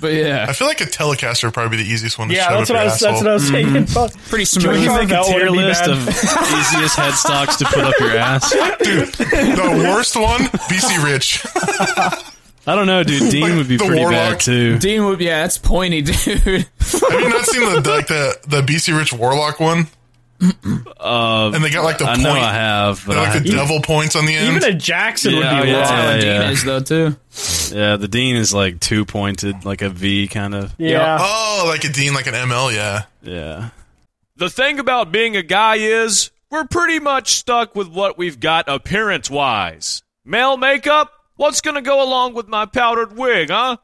Speaker 2: But
Speaker 1: I
Speaker 2: yeah,
Speaker 1: feel like a Telecaster would probably be the easiest one to
Speaker 3: yeah,
Speaker 1: shove
Speaker 3: that's
Speaker 1: up
Speaker 3: what I
Speaker 1: your
Speaker 3: was. That's what
Speaker 1: asshole.
Speaker 3: I was saying. Fuck.
Speaker 2: pretty
Speaker 4: Can
Speaker 2: smooth.
Speaker 4: you
Speaker 3: Sure.
Speaker 4: make a
Speaker 3: That
Speaker 4: tier
Speaker 3: wouldn't be
Speaker 4: list
Speaker 3: bad.
Speaker 4: of easiest headstocks to put up your ass?
Speaker 1: The worst one, BC Rich.
Speaker 4: I don't know, dude. Dean would be
Speaker 1: the
Speaker 4: pretty
Speaker 1: warlock.
Speaker 4: bad too.
Speaker 2: Dean would yeah, that's pointy, dude.
Speaker 1: Have you not seen the the- like the the BC Rich Warlock one? and they got like the
Speaker 4: I
Speaker 1: point,
Speaker 4: know I have, but
Speaker 1: they're
Speaker 4: I
Speaker 1: like the
Speaker 4: haven't-
Speaker 1: devil points on the end.
Speaker 3: Even a Jackson
Speaker 4: Yeah,
Speaker 3: would be
Speaker 4: yeah,
Speaker 3: wrong.
Speaker 4: yeah,
Speaker 2: Dean
Speaker 4: yeah.
Speaker 2: is though too.
Speaker 4: Yeah, the dean is like two pointed, like a V kind of.
Speaker 3: Yeah.
Speaker 1: oh, like a Dean, like an ML, yeah.
Speaker 4: Yeah. The thing about being a guy is we're pretty much stuck with what we've got appearance wise. Male makeup? What's gonna go along with my powdered wig, huh?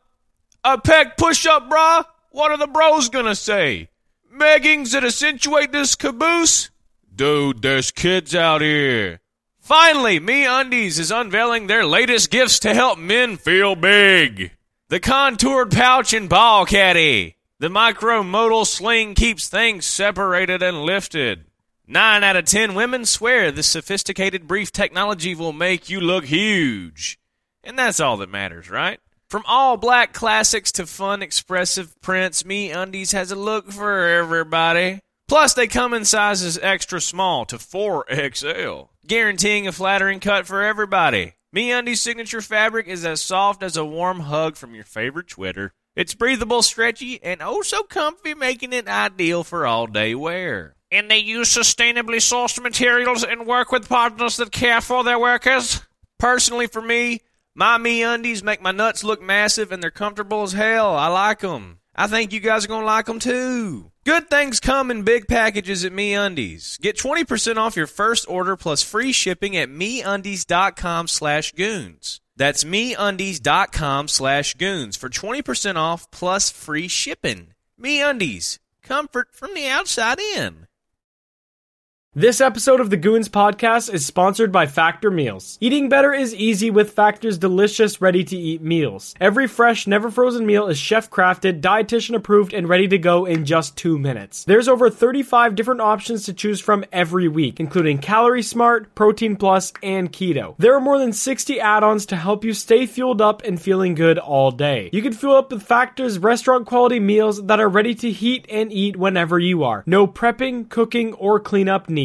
Speaker 4: A pec push up, brah? What are the bros gonna say? Meggings that accentuate this caboose? Dude, there's kids out here. Finally, Me Undies is unveiling their latest gifts to help men feel big. The contoured pouch and ball caddy. The micromodal sling keeps things separated and lifted. Nine out of ten women swear this sophisticated brief technology will make you look huge. And that's all that matters, right? From all black classics to fun, expressive prints, Me Undies has a look for everybody. Plus, they come in sizes extra small to 4XL, guaranteeing a flattering cut for everybody. Me Undies' signature fabric is as soft as a warm hug from your favorite Twitter. It's breathable, stretchy, and oh so comfy, making it ideal for all day wear. And they use sustainably sourced materials and work with partners that care for their workers. Personally, for me, my me undies make my nuts look massive and they're comfortable as hell. I like them. I think you guys are going to like them too. Good things come in big packages at me undies. Get 20% off your first order plus free shipping at meundies.com slash goons. That's meundies.com slash goons for 20% off plus free shipping. Me undies. Comfort from the outside in.
Speaker 5: This episode of the Goons Podcast is sponsored by Factor Meals. Eating better is easy with Factor's delicious, ready to eat meals. Every fresh, never frozen meal is chef crafted, dietitian approved, and ready to go in just two minutes. There's over 35 different options to choose from every week, including Calorie Smart, Protein Plus, and Keto. There are more than 60 add ons to help you stay fueled up and feeling good all day. You can fuel up with Factor's restaurant quality meals that are ready to heat and eat whenever you are. No prepping, cooking, or cleanup needed.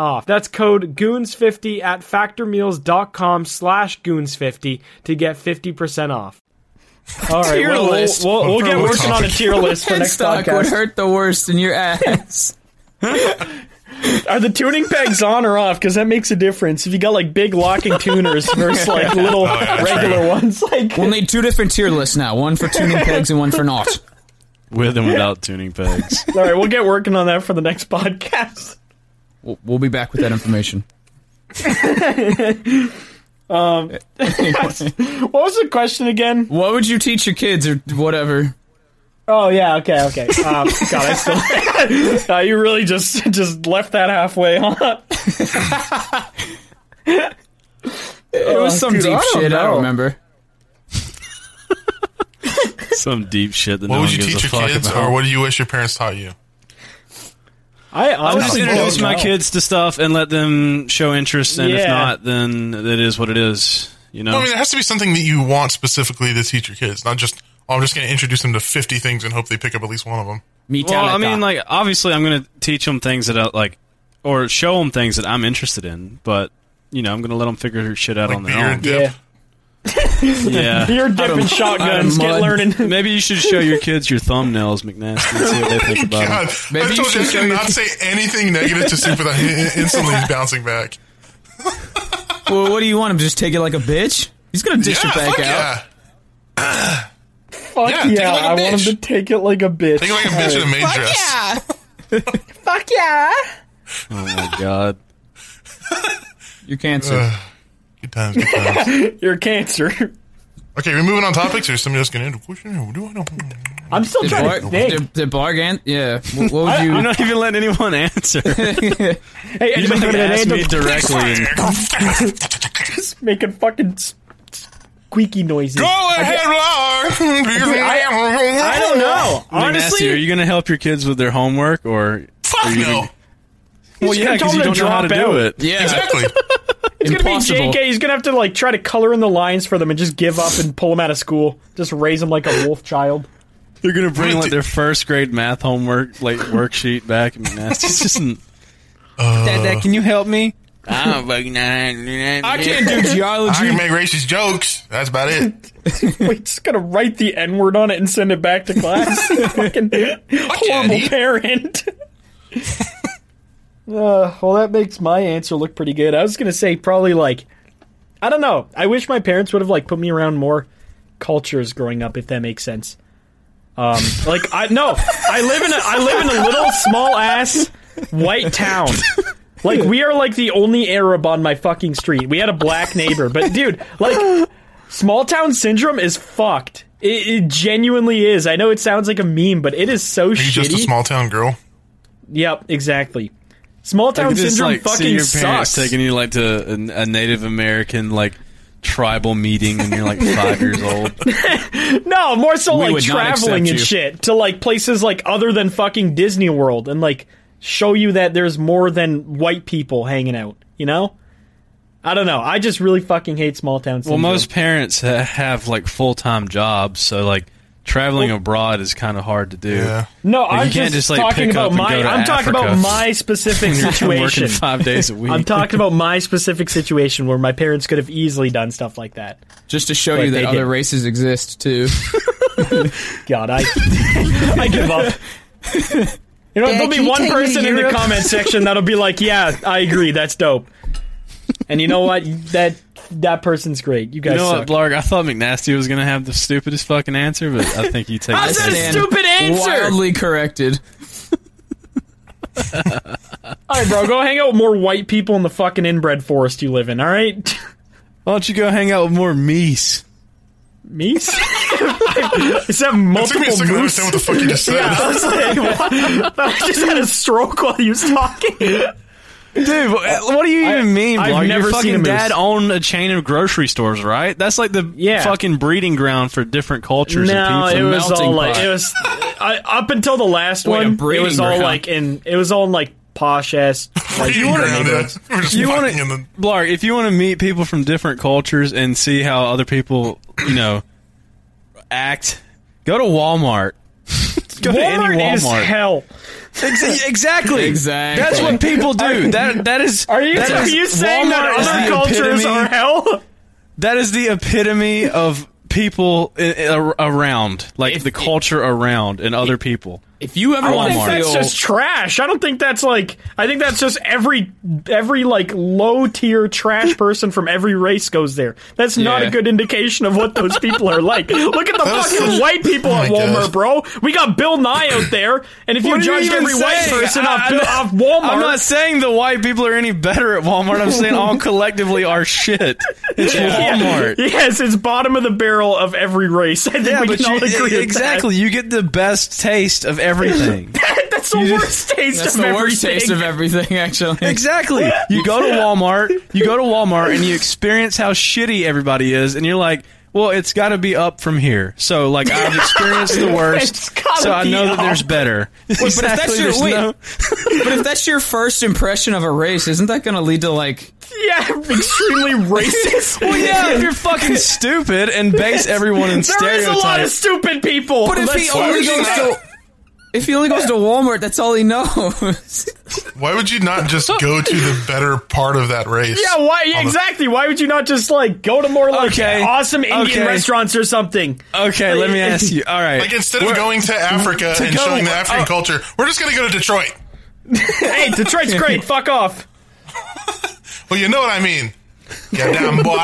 Speaker 5: off. That's code goons50 at factormeals.com slash goons50 to get 50% off.
Speaker 3: All right,
Speaker 2: Tier
Speaker 3: we'll, we'll-
Speaker 2: list.
Speaker 3: we'll- we'll get
Speaker 1: Approval
Speaker 3: working on a
Speaker 1: topic.
Speaker 3: tier list for next
Speaker 2: Headstock would
Speaker 3: podcast.
Speaker 2: hurt the worst in your ass.
Speaker 3: Are the tuning pegs on or off? Because that makes a difference. If you got like big locking tuners versus like little regular ones, like
Speaker 2: we'll need two different tier lists now: one for tuning pegs and one for not.
Speaker 6: with and without tuning pegs.
Speaker 3: all right, we'll get working on that for the next podcast.
Speaker 2: We'll, we'll be back with that information.
Speaker 3: What was the question again?
Speaker 2: What would you teach your kids or whatever?
Speaker 3: Oh yeah, okay, okay. Um, God, I still. uh, you really just just left that halfway, huh?
Speaker 2: It was
Speaker 6: Oh,
Speaker 2: some
Speaker 3: dude,
Speaker 2: deep
Speaker 3: I don't
Speaker 2: shit. I
Speaker 3: know.
Speaker 2: don't remember.
Speaker 6: Some deep shit that
Speaker 1: What
Speaker 6: no
Speaker 1: would
Speaker 6: one
Speaker 1: you
Speaker 6: gives a
Speaker 1: teach your
Speaker 6: fuck
Speaker 1: kids,
Speaker 6: about.
Speaker 1: or what do you wish your parents taught you?
Speaker 3: I
Speaker 6: I would just
Speaker 3: honestly
Speaker 6: introduce
Speaker 3: don't
Speaker 6: my
Speaker 3: know.
Speaker 6: kids to stuff and let them show interest, and
Speaker 3: Yeah.
Speaker 6: if not, then it is what it is. You know,
Speaker 1: Well, I mean, there has to be something that you want specifically to teach your kids, not just. Oh, I'm just going to introduce them to 50 things and hope they pick up at least one of them.
Speaker 2: Me
Speaker 6: Well, I
Speaker 2: talita.
Speaker 6: mean, like obviously, I'm going to teach them things that I like, or show them things that I'm interested in. But you know, I'm going to let them figure shit out
Speaker 1: Like
Speaker 6: on
Speaker 1: beer
Speaker 6: their
Speaker 1: and
Speaker 6: own.
Speaker 1: dip.
Speaker 3: Yeah.
Speaker 6: Yeah.
Speaker 3: Beer dipping shotguns,
Speaker 2: out of
Speaker 3: get
Speaker 2: mud.
Speaker 3: learning.
Speaker 6: Maybe you should show your kids your thumbnails, McNasty, and see what they think about
Speaker 1: God,
Speaker 6: it.
Speaker 2: Maybe
Speaker 1: I
Speaker 2: you
Speaker 1: told you
Speaker 2: should
Speaker 1: I
Speaker 2: show your
Speaker 1: cannot
Speaker 2: kid-
Speaker 1: say anything negative to Soup without in- instantly bouncing back.
Speaker 2: well, what do you want him to just take it like a bitch? He's gonna dish
Speaker 1: yeah,
Speaker 2: it back
Speaker 1: fuck
Speaker 2: out.
Speaker 1: yeah.
Speaker 3: Fuck
Speaker 1: Yeah,
Speaker 3: yeah,
Speaker 1: take it like a
Speaker 3: I want
Speaker 1: bitch.
Speaker 3: him to take it like a bitch.
Speaker 1: Think like a bitch in a maid dress.
Speaker 3: Fuck yeah!
Speaker 6: Oh my god.
Speaker 2: You're cancer.
Speaker 1: Good times, good times.
Speaker 3: You're cancer.
Speaker 1: okay, we're moving on topics, or somebody else going to question What do I know?
Speaker 3: I'm still
Speaker 2: did,
Speaker 3: trying
Speaker 2: Blarg,
Speaker 3: to think.
Speaker 2: did, did Blarg an- Yeah. What, what would you?
Speaker 6: I'm not even letting anyone answer.
Speaker 3: Hey,
Speaker 6: You
Speaker 3: anybody
Speaker 6: like
Speaker 3: got an
Speaker 6: ask me
Speaker 3: anecdote?
Speaker 6: directly.
Speaker 3: Just making fucking s- squeaky noises.
Speaker 1: Go
Speaker 3: I,
Speaker 1: ahead,
Speaker 3: get-
Speaker 1: Lord.
Speaker 3: I don't know. Honestly,
Speaker 6: McNasty, are you going to help your kids with their homework or?
Speaker 1: Fuck no.
Speaker 6: Well,
Speaker 3: gonna
Speaker 6: yeah,
Speaker 3: tell
Speaker 6: because you
Speaker 3: them
Speaker 6: don't
Speaker 3: to
Speaker 6: know how to
Speaker 3: drop out.
Speaker 6: do it.
Speaker 2: yeah.
Speaker 1: Exactly.
Speaker 2: It's
Speaker 3: it's gonna
Speaker 2: impossible.
Speaker 3: be JK. He's gonna have to like try to color in the lines for them and just give up and pull them out of school. Just raise them like a wolf child.
Speaker 6: They're going to bring
Speaker 1: Dude.
Speaker 6: like their first grade math homework like worksheet back. And McNasty's just. n- Dad, Dad, can you help me?
Speaker 2: I can't do
Speaker 1: I
Speaker 2: geology.
Speaker 1: can make racist jokes. That's about it.
Speaker 3: Wait, just gonna write the N word on it and send it back to class. Fucking horrible
Speaker 1: Jenny.
Speaker 3: parent. uh, well, that makes my answer look pretty good. I was gonna say probably like, I don't know. I wish my parents would have like put me around more cultures growing up, if that makes sense. Um, like I no, I live in a I live in a little small ass white town. Like we are like the only Arab on my fucking street. We had a black neighbor, but dude, like small town syndrome is fucked. It, it genuinely is. I know it sounds like a meme, but it is so
Speaker 1: Are you
Speaker 3: shitty.
Speaker 1: just a small town girl?
Speaker 3: yep, exactly. Small
Speaker 4: I
Speaker 3: town
Speaker 4: could just,
Speaker 3: syndrome
Speaker 4: like,
Speaker 3: fucking
Speaker 4: see your parents
Speaker 3: sucks.
Speaker 4: taking you like to a, a Native American like tribal meeting, and you're like five years old.
Speaker 3: No, more so
Speaker 2: We
Speaker 3: like
Speaker 2: would not
Speaker 3: traveling
Speaker 2: accept
Speaker 3: and
Speaker 2: you.
Speaker 3: shit to like places like other than fucking Disney World and like show you that there's more than white people hanging out, you know? I don't know. I just really fucking hate small town
Speaker 4: Well,
Speaker 3: syndrome.
Speaker 4: most parents ha- have like full time jobs, so like traveling abroad is kind of hard to do.
Speaker 1: Yeah.
Speaker 3: No,
Speaker 4: Like,
Speaker 3: I'm
Speaker 4: you can't
Speaker 3: just,
Speaker 4: just, like,
Speaker 3: talking
Speaker 4: pick
Speaker 3: about
Speaker 4: up and
Speaker 3: my
Speaker 4: go to
Speaker 3: I'm talking about
Speaker 4: Africa.
Speaker 3: my specific
Speaker 4: And you're
Speaker 3: situation.
Speaker 4: working five days a week.
Speaker 3: I'm talking about my specific situation where my parents could have easily done stuff like that.
Speaker 2: Just to show
Speaker 3: Like
Speaker 2: you
Speaker 3: they
Speaker 2: that
Speaker 3: did.
Speaker 2: other races exist too.
Speaker 3: God, I I give up. You know,
Speaker 7: Dad,
Speaker 3: there'll
Speaker 7: can
Speaker 3: be
Speaker 7: you
Speaker 3: one
Speaker 7: take me to
Speaker 3: person in the
Speaker 7: Europe?
Speaker 3: comment section that'll be like, "Yeah, I agree, that's dope." And you know what? That that person's great. You guys
Speaker 4: You know
Speaker 3: suck.
Speaker 4: what, Blarg? I thought McNasty was gonna have the stupidest fucking answer, but I think you take.
Speaker 3: I said
Speaker 4: it.
Speaker 3: a stupid answer.
Speaker 2: Wildly corrected.
Speaker 3: All right, bro, go hang out with more white people in the fucking inbred forest you live in. All right,
Speaker 4: Why don't you go hang out with more meese?
Speaker 3: me? Is that
Speaker 1: It took
Speaker 3: multiple
Speaker 1: me a second to
Speaker 3: moose?
Speaker 1: understand what the fuck you just said.
Speaker 3: I was like, what? I just had a stroke while he was talking.
Speaker 4: Dude, wh- eh, what do you even mean,
Speaker 3: I've
Speaker 4: Blarg?
Speaker 3: never
Speaker 4: Your
Speaker 3: seen
Speaker 4: fucking
Speaker 3: a moose.
Speaker 4: dad owned a chain of grocery stores, right? That's like the
Speaker 3: Yeah.
Speaker 4: fucking breeding ground for different cultures
Speaker 3: No,
Speaker 4: and people.
Speaker 3: it was
Speaker 2: melting
Speaker 3: all like
Speaker 2: pot.
Speaker 3: it was I, up until the last
Speaker 2: What a
Speaker 3: one. It
Speaker 2: breeding
Speaker 3: was all
Speaker 2: ground.
Speaker 3: like in it was all in like posh ass. Like,
Speaker 1: you
Speaker 3: wanna-
Speaker 1: grounded. We're just
Speaker 4: you want
Speaker 1: walking
Speaker 4: to
Speaker 1: in the
Speaker 4: Blarg, if you want to meet people from different cultures and see how other people, you know, act, go to Walmart. go to any
Speaker 3: Walmart is
Speaker 4: Walmart.
Speaker 3: hell.
Speaker 4: Ex- exactly.
Speaker 2: Exactly.
Speaker 4: That's what people do. that that is
Speaker 3: Are you,
Speaker 4: that
Speaker 3: are
Speaker 4: is-
Speaker 3: you saying
Speaker 4: Walmart is
Speaker 3: that other
Speaker 4: the
Speaker 3: cultures
Speaker 4: epitome-
Speaker 3: are hell?
Speaker 4: That is the epitome of people i- i- ar- around, like the culture around and other people.
Speaker 2: If you ever
Speaker 3: I
Speaker 2: want
Speaker 3: think
Speaker 2: to
Speaker 3: that's
Speaker 2: feel
Speaker 3: just trash. I don't think that's like. I think that's just every every like low tier trash person from every race goes there. That's not
Speaker 2: Yeah.
Speaker 3: a good indication of what those people are like. Look at the
Speaker 1: That was
Speaker 3: fucking
Speaker 1: such-
Speaker 3: white people
Speaker 1: Oh
Speaker 3: at
Speaker 1: my
Speaker 3: Walmart,
Speaker 1: God.
Speaker 3: bro. We got Bill Nye out there, and if you
Speaker 4: What are you
Speaker 3: judged
Speaker 4: even
Speaker 3: every white
Speaker 4: saying?
Speaker 3: person off,
Speaker 4: I-
Speaker 3: Bill,
Speaker 4: I'm-
Speaker 3: off Walmart,
Speaker 4: I'm not saying the white people are any better at Walmart. I'm saying all collectively are shit. It's
Speaker 3: Yeah.
Speaker 4: Walmart.
Speaker 3: Yes, it's bottom of the barrel of every race. I think
Speaker 4: Yeah,
Speaker 3: we
Speaker 4: but
Speaker 3: can all
Speaker 4: you,
Speaker 3: agree with
Speaker 4: exactly. You get the best taste of everything.
Speaker 3: That. That's the
Speaker 4: just-
Speaker 3: worst taste
Speaker 2: that's
Speaker 3: of
Speaker 2: the worst
Speaker 3: everything.
Speaker 2: taste of everything. Actually,
Speaker 4: exactly. You go to Walmart. You go to Walmart and you experience how shitty everybody is, and you're like. Well, it's got to be up from here. So, like, I've experienced the
Speaker 3: It's
Speaker 4: worst.
Speaker 3: gotta
Speaker 4: So I
Speaker 3: be
Speaker 4: know that
Speaker 3: up.
Speaker 4: there's better.
Speaker 2: if that's your-
Speaker 4: there's
Speaker 2: wait.
Speaker 4: no-
Speaker 2: but if that's your first impression of a race, isn't that going to lead to like?
Speaker 3: yeah, extremely racist.
Speaker 4: Well, yeah, if you're fucking stupid and base everyone in
Speaker 3: There is a lot of
Speaker 4: stereotypes.
Speaker 3: stupid people.
Speaker 2: But if he
Speaker 3: Let's- oh,
Speaker 2: only goes to, if he only goes to Walmart, that's all he knows.
Speaker 1: Why would you not just go to the better part of that race?
Speaker 3: yeah, why
Speaker 1: On the-
Speaker 3: exactly? Why would you not just like go to more like
Speaker 4: Okay.
Speaker 3: awesome Indian
Speaker 4: Okay.
Speaker 3: restaurants or something?
Speaker 4: Okay, let me ask you. All right.
Speaker 1: Like instead
Speaker 4: We're-
Speaker 1: of going to Africa
Speaker 4: to
Speaker 1: and
Speaker 4: go-
Speaker 1: showing the
Speaker 3: uh,
Speaker 1: African
Speaker 4: oh.
Speaker 1: culture, we're just gonna go to Detroit.
Speaker 3: hey, Detroit's great. Fuck off.
Speaker 1: Well, you know what I mean. Goddamn boy.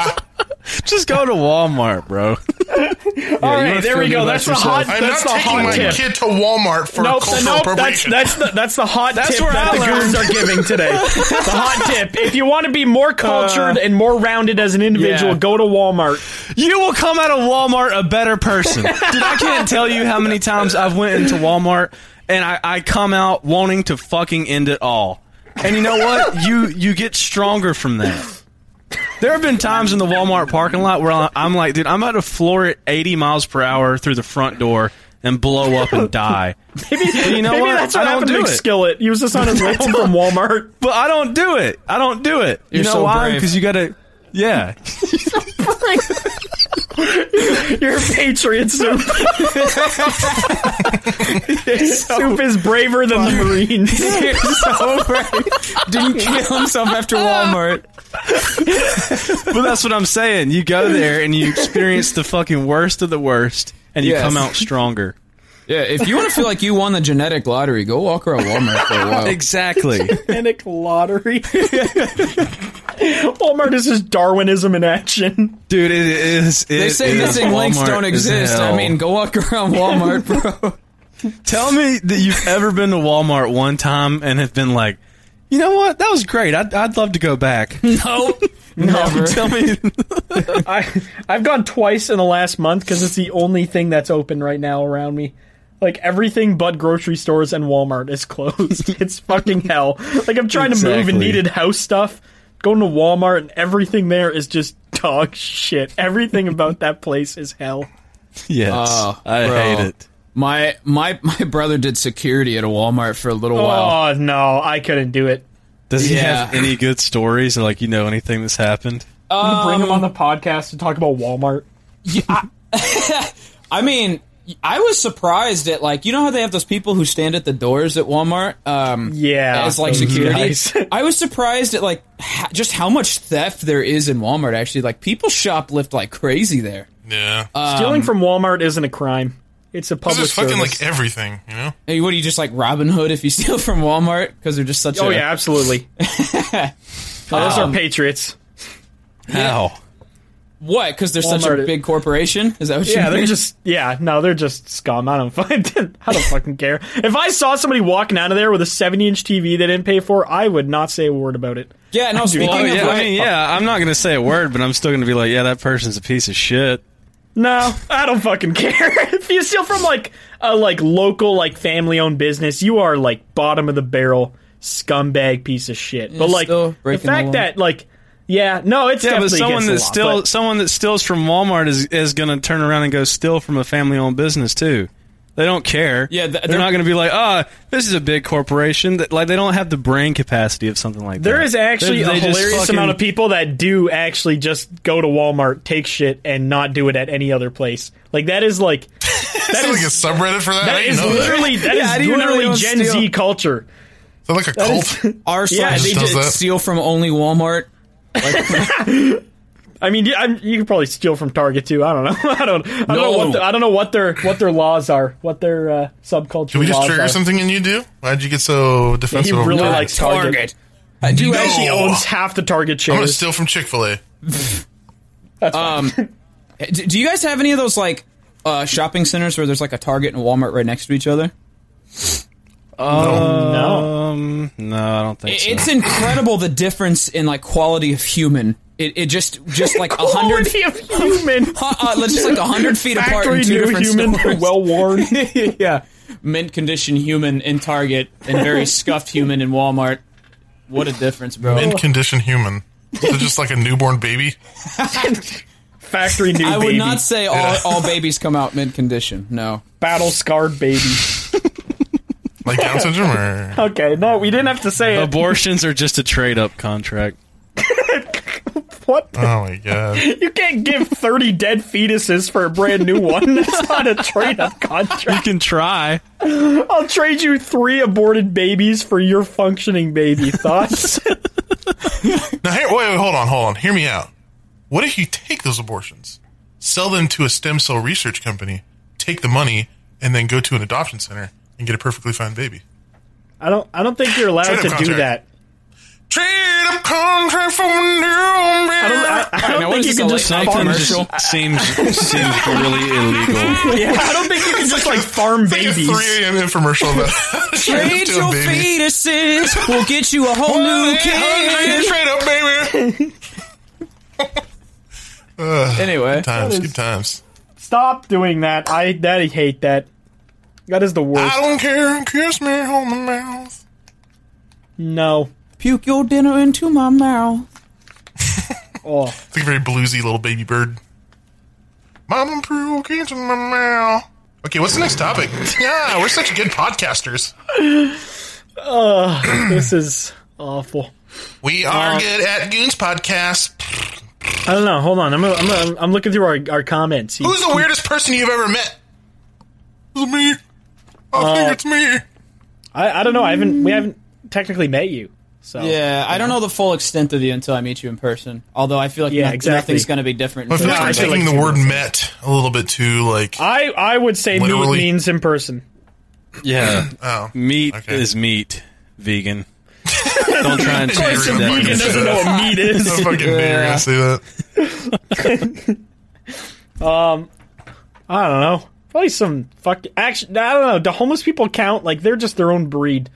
Speaker 4: Just go to Walmart, bro.
Speaker 3: All
Speaker 4: you
Speaker 3: right,
Speaker 4: wanna
Speaker 3: there
Speaker 4: feel
Speaker 3: we go.
Speaker 4: good
Speaker 3: That's the
Speaker 4: about
Speaker 3: hot.
Speaker 4: yourself.
Speaker 1: I'm
Speaker 3: That's the
Speaker 1: not taking
Speaker 3: hot
Speaker 1: my
Speaker 3: tip.
Speaker 1: kid to Walmart for
Speaker 3: Nope,
Speaker 1: cultural
Speaker 3: nope. That's
Speaker 1: appropriation.
Speaker 3: that's the that's the hot
Speaker 4: That's
Speaker 3: tip
Speaker 4: where
Speaker 3: that
Speaker 4: I
Speaker 3: the goons
Speaker 4: learned.
Speaker 3: are giving today. the hot tip. If you want to be more cultured and more rounded as an individual,
Speaker 4: Uh, yeah.
Speaker 3: go to Walmart.
Speaker 4: You will come out of Walmart a better person. Dude, I can't tell you how many times I've went into Walmart and I, I come out wanting to fucking end it all. And you know what? You you get stronger from that. There have been times in the Walmart parking lot where I- I'm like, dude, I'm about to floor it 80 miles per hour through the front door and blow up and die. And you know
Speaker 3: Maybe
Speaker 4: what?
Speaker 3: that's what
Speaker 4: I don't
Speaker 3: happened to
Speaker 4: do it.
Speaker 3: McSkillet. He was just on his way home from Walmart.
Speaker 4: But I don't do it. I don't do it. you
Speaker 2: You're
Speaker 4: know
Speaker 2: so
Speaker 4: why?
Speaker 2: brave.
Speaker 4: Because you gotta. Yeah.
Speaker 3: You're a patriot, Soup. Soup is braver than the Marines.
Speaker 2: so brave. Didn't kill himself after Walmart.
Speaker 4: But that's what I'm saying. You go there and you experience the fucking worst of the worst, and you
Speaker 2: Yes.
Speaker 4: come out stronger.
Speaker 2: Yeah, if you want to feel like you won the genetic lottery, Oh. go walk around Walmart for a while.
Speaker 4: Exactly.
Speaker 3: Panic lottery. Walmart is just Darwinism in action.
Speaker 7: Dude, it is. It
Speaker 2: They say
Speaker 7: is
Speaker 2: missing links
Speaker 7: Walmart
Speaker 2: don't
Speaker 7: as
Speaker 2: exist. I
Speaker 7: hell.
Speaker 2: mean, go walk around Walmart, bro.
Speaker 4: Tell me that you've ever been to Walmart one time and have been like, you know what? That was great. I'd, I'd love to go back.
Speaker 2: No, never.
Speaker 4: Tell me.
Speaker 3: I I've gone twice in the last month because it's the only thing that's open right now around me. Like everything but grocery stores and Walmart is closed. it's fucking hell. Like I'm trying to move and
Speaker 7: Exactly.
Speaker 3: needed house stuff. Going to Walmart and everything there is just dog shit. Everything about that place is hell.
Speaker 7: Yes.
Speaker 2: Oh,
Speaker 7: I
Speaker 2: bro.
Speaker 7: hate it.
Speaker 2: My my my brother did security at a Walmart for a little while.
Speaker 3: Oh no, I couldn't do it.
Speaker 4: Does he
Speaker 2: Yeah.
Speaker 4: have any good stories or like you know anything that's happened?
Speaker 3: You
Speaker 2: Um,
Speaker 3: bring him on the podcast to talk about Walmart.
Speaker 2: I mean, I was surprised at like you know how they have those people who stand at the doors at Walmart. Um,
Speaker 3: Yeah,
Speaker 2: as like
Speaker 3: those
Speaker 2: security.
Speaker 3: guys.
Speaker 2: I was surprised at like ha- just how much theft there is in Walmart. Actually, like people shoplift like crazy there.
Speaker 1: Yeah.
Speaker 3: Stealing
Speaker 2: Um,
Speaker 3: from Walmart isn't a crime. It's a
Speaker 1: This
Speaker 3: public
Speaker 1: is fucking
Speaker 3: service.
Speaker 1: like everything, you know?
Speaker 2: Hey, what are you just like Robin Hood if you steal from Walmart because they're just such
Speaker 3: oh
Speaker 2: a
Speaker 3: yeah, absolutely. oh, those
Speaker 2: Um,
Speaker 3: are patriots.
Speaker 7: How?
Speaker 2: what because they're such
Speaker 3: Walmart
Speaker 2: a
Speaker 3: is-
Speaker 2: big corporation is that what
Speaker 3: Yeah,
Speaker 2: you
Speaker 3: they're
Speaker 2: mean?
Speaker 3: just yeah. No, they're just scum. I don't fucking I don't fucking care. If I saw somebody walking out of there with a seventy-inch TV they didn't pay for, I would not say a word about it.
Speaker 2: yeah no speaking
Speaker 4: Oh,
Speaker 2: of
Speaker 4: yeah, I
Speaker 2: which-
Speaker 4: mean, yeah, I'm not going to say a word, but I'm still going to be like, yeah, that person's a piece of shit.
Speaker 3: No, I don't fucking care. if you steal from like a like local like family-owned business, you are like bottom of the barrel scumbag piece of shit. but like
Speaker 2: still
Speaker 3: the
Speaker 2: breaking the
Speaker 3: fact
Speaker 2: law.
Speaker 3: that like yeah, no, it's
Speaker 4: Yeah, but
Speaker 3: definitely
Speaker 4: someone
Speaker 3: against the
Speaker 4: that
Speaker 3: law,
Speaker 4: still
Speaker 3: but-
Speaker 4: someone that steals from Walmart is is going to turn around and go steal from a family owned business too. They don't care.
Speaker 2: Yeah, th-
Speaker 4: they're,
Speaker 2: they're-
Speaker 4: not going to be like, ah, this is a big corporation. That like they don't have the brain capacity of something like that.
Speaker 3: There is actually
Speaker 4: They-
Speaker 3: a
Speaker 4: they just
Speaker 3: hilarious
Speaker 4: fucking-
Speaker 3: amount of people that do actually just go to Walmart, take shit, and not do it at any other place. Like that is like that
Speaker 1: There's like a
Speaker 3: is
Speaker 1: subreddit for that. I
Speaker 3: that
Speaker 1: didn't
Speaker 3: is
Speaker 1: know that.
Speaker 3: literally that is
Speaker 2: how do you know they
Speaker 3: literally
Speaker 2: don't
Speaker 3: Gen Z
Speaker 2: steal?
Speaker 3: culture.
Speaker 1: They're like a cult.
Speaker 2: r slash
Speaker 1: just
Speaker 2: they
Speaker 1: does
Speaker 2: did
Speaker 1: that.
Speaker 2: steal from only Walmart.
Speaker 3: I mean, yeah, I'm, you could probably steal from Target too. I don't know. I don't. I don't know what.
Speaker 2: No.
Speaker 3: The, I don't know what their what their laws are. What their uh, subculture.
Speaker 1: Can we just
Speaker 3: laws
Speaker 1: trigger
Speaker 3: are.
Speaker 1: something in you, do? Why'd you get so defensive? over
Speaker 3: really
Speaker 1: Target?
Speaker 3: likes Target.
Speaker 2: I Uh, do
Speaker 1: No.
Speaker 2: actually
Speaker 3: She owns half the Target
Speaker 1: Oh. I'm gonna
Speaker 3: shares.
Speaker 1: steal from Chick Fil A.
Speaker 2: Do do you guys have any of those like uh, shopping centers where there's like a Target and a Walmart right next to each other?
Speaker 3: Uh, no,
Speaker 4: Um, no, I don't think so.
Speaker 2: It's incredible the difference in like quality of human. It, it just just like a hundred,
Speaker 3: Quality of human.
Speaker 2: uh, uh, just like a hundred feet apart
Speaker 3: Factory
Speaker 2: in two
Speaker 3: new
Speaker 2: different
Speaker 3: human,
Speaker 2: stores.
Speaker 3: well worn.
Speaker 2: yeah, mint condition human in Target and very scuffed human in Walmart. What a difference, bro!
Speaker 3: Oh.
Speaker 1: In condition human. They're just like a newborn baby.
Speaker 3: Factory new.
Speaker 2: I would
Speaker 3: baby.
Speaker 2: not say all, all babies come out mint condition. No,
Speaker 3: battle scarred baby.
Speaker 1: Like Down syndrome or
Speaker 3: Okay, no, we didn't have to say it.
Speaker 4: Abortions are just a trade up contract.
Speaker 3: What?
Speaker 1: Oh my god.
Speaker 3: You can't give 30 dead fetuses for a brand new one. That's not a trade up
Speaker 4: You
Speaker 3: contract.
Speaker 4: can try.
Speaker 3: I'll trade you three aborted babies for your functioning baby. Thoughts?
Speaker 1: Now here wait, wait, hold on, hold on. Hear me out. What if you take those abortions? Sell them to a stem cell research company, take the money, and then go to an adoption center and get a perfectly fine baby.
Speaker 3: I don't. I don't think you're allowed
Speaker 1: Trade-up
Speaker 3: to do
Speaker 1: contract.
Speaker 3: that.
Speaker 1: Trade up contract for a new
Speaker 3: I don't,
Speaker 1: man.
Speaker 3: I, I don't
Speaker 2: now, what
Speaker 3: think
Speaker 2: is
Speaker 3: you
Speaker 2: this, a
Speaker 3: can just.
Speaker 2: late night
Speaker 3: farm,
Speaker 4: Something
Speaker 2: commercial?
Speaker 4: just seems seems really illegal.
Speaker 3: yeah, I don't think you can just like farm
Speaker 1: Like a
Speaker 3: babies.
Speaker 1: 3 a.m. infomercial about
Speaker 2: trade
Speaker 1: to a
Speaker 2: your
Speaker 1: baby.
Speaker 2: fetuses. We'll get you a whole new kid.
Speaker 1: Straight up, baby.
Speaker 2: Anyway,
Speaker 1: Times, good times.
Speaker 3: Stop doing that. I that I hate that. That is the worst.
Speaker 1: I don't care. Kiss me on the mouth.
Speaker 3: No.
Speaker 2: puke your dinner into my mouth.
Speaker 3: Oh.
Speaker 1: It's like a very bluesy little baby bird. Mama puke into my mouth. Okay, what's the next topic? Yeah, we're such good podcasters.
Speaker 3: this is awful.
Speaker 1: We are good at Goons Podcast.
Speaker 3: I don't know. Hold on. I'm. I'm. I'm, I'm looking through our, our comments.
Speaker 1: Who's the weirdest person you've ever met? It's me. I think it's me.
Speaker 3: I, I don't know. I haven't. We haven't technically met you. So
Speaker 2: Yeah, I don't know the full extent of you until I meet you in person. Although I feel like
Speaker 3: Yeah,
Speaker 2: no-
Speaker 3: exactly.
Speaker 2: nothing's going to be different.
Speaker 1: I
Speaker 2: in
Speaker 1: feel like
Speaker 2: person.
Speaker 1: we're
Speaker 3: feel
Speaker 1: taking
Speaker 3: like- Uh,
Speaker 1: the word "met" a little bit too like.
Speaker 3: I I would say meat
Speaker 1: Literally.
Speaker 3: means in person.
Speaker 4: Yeah,
Speaker 1: Oh,
Speaker 4: Uh, meat
Speaker 1: Okay.
Speaker 4: is meat. Vegan. Don't try and change
Speaker 1: course a
Speaker 4: that.
Speaker 1: vegan
Speaker 3: doesn't know what meat is.
Speaker 1: So fucking mean you're gonna say that.
Speaker 3: I don't know. Probably some fuck. Actually, I don't know. Do homeless people count? Like they're just their own breed.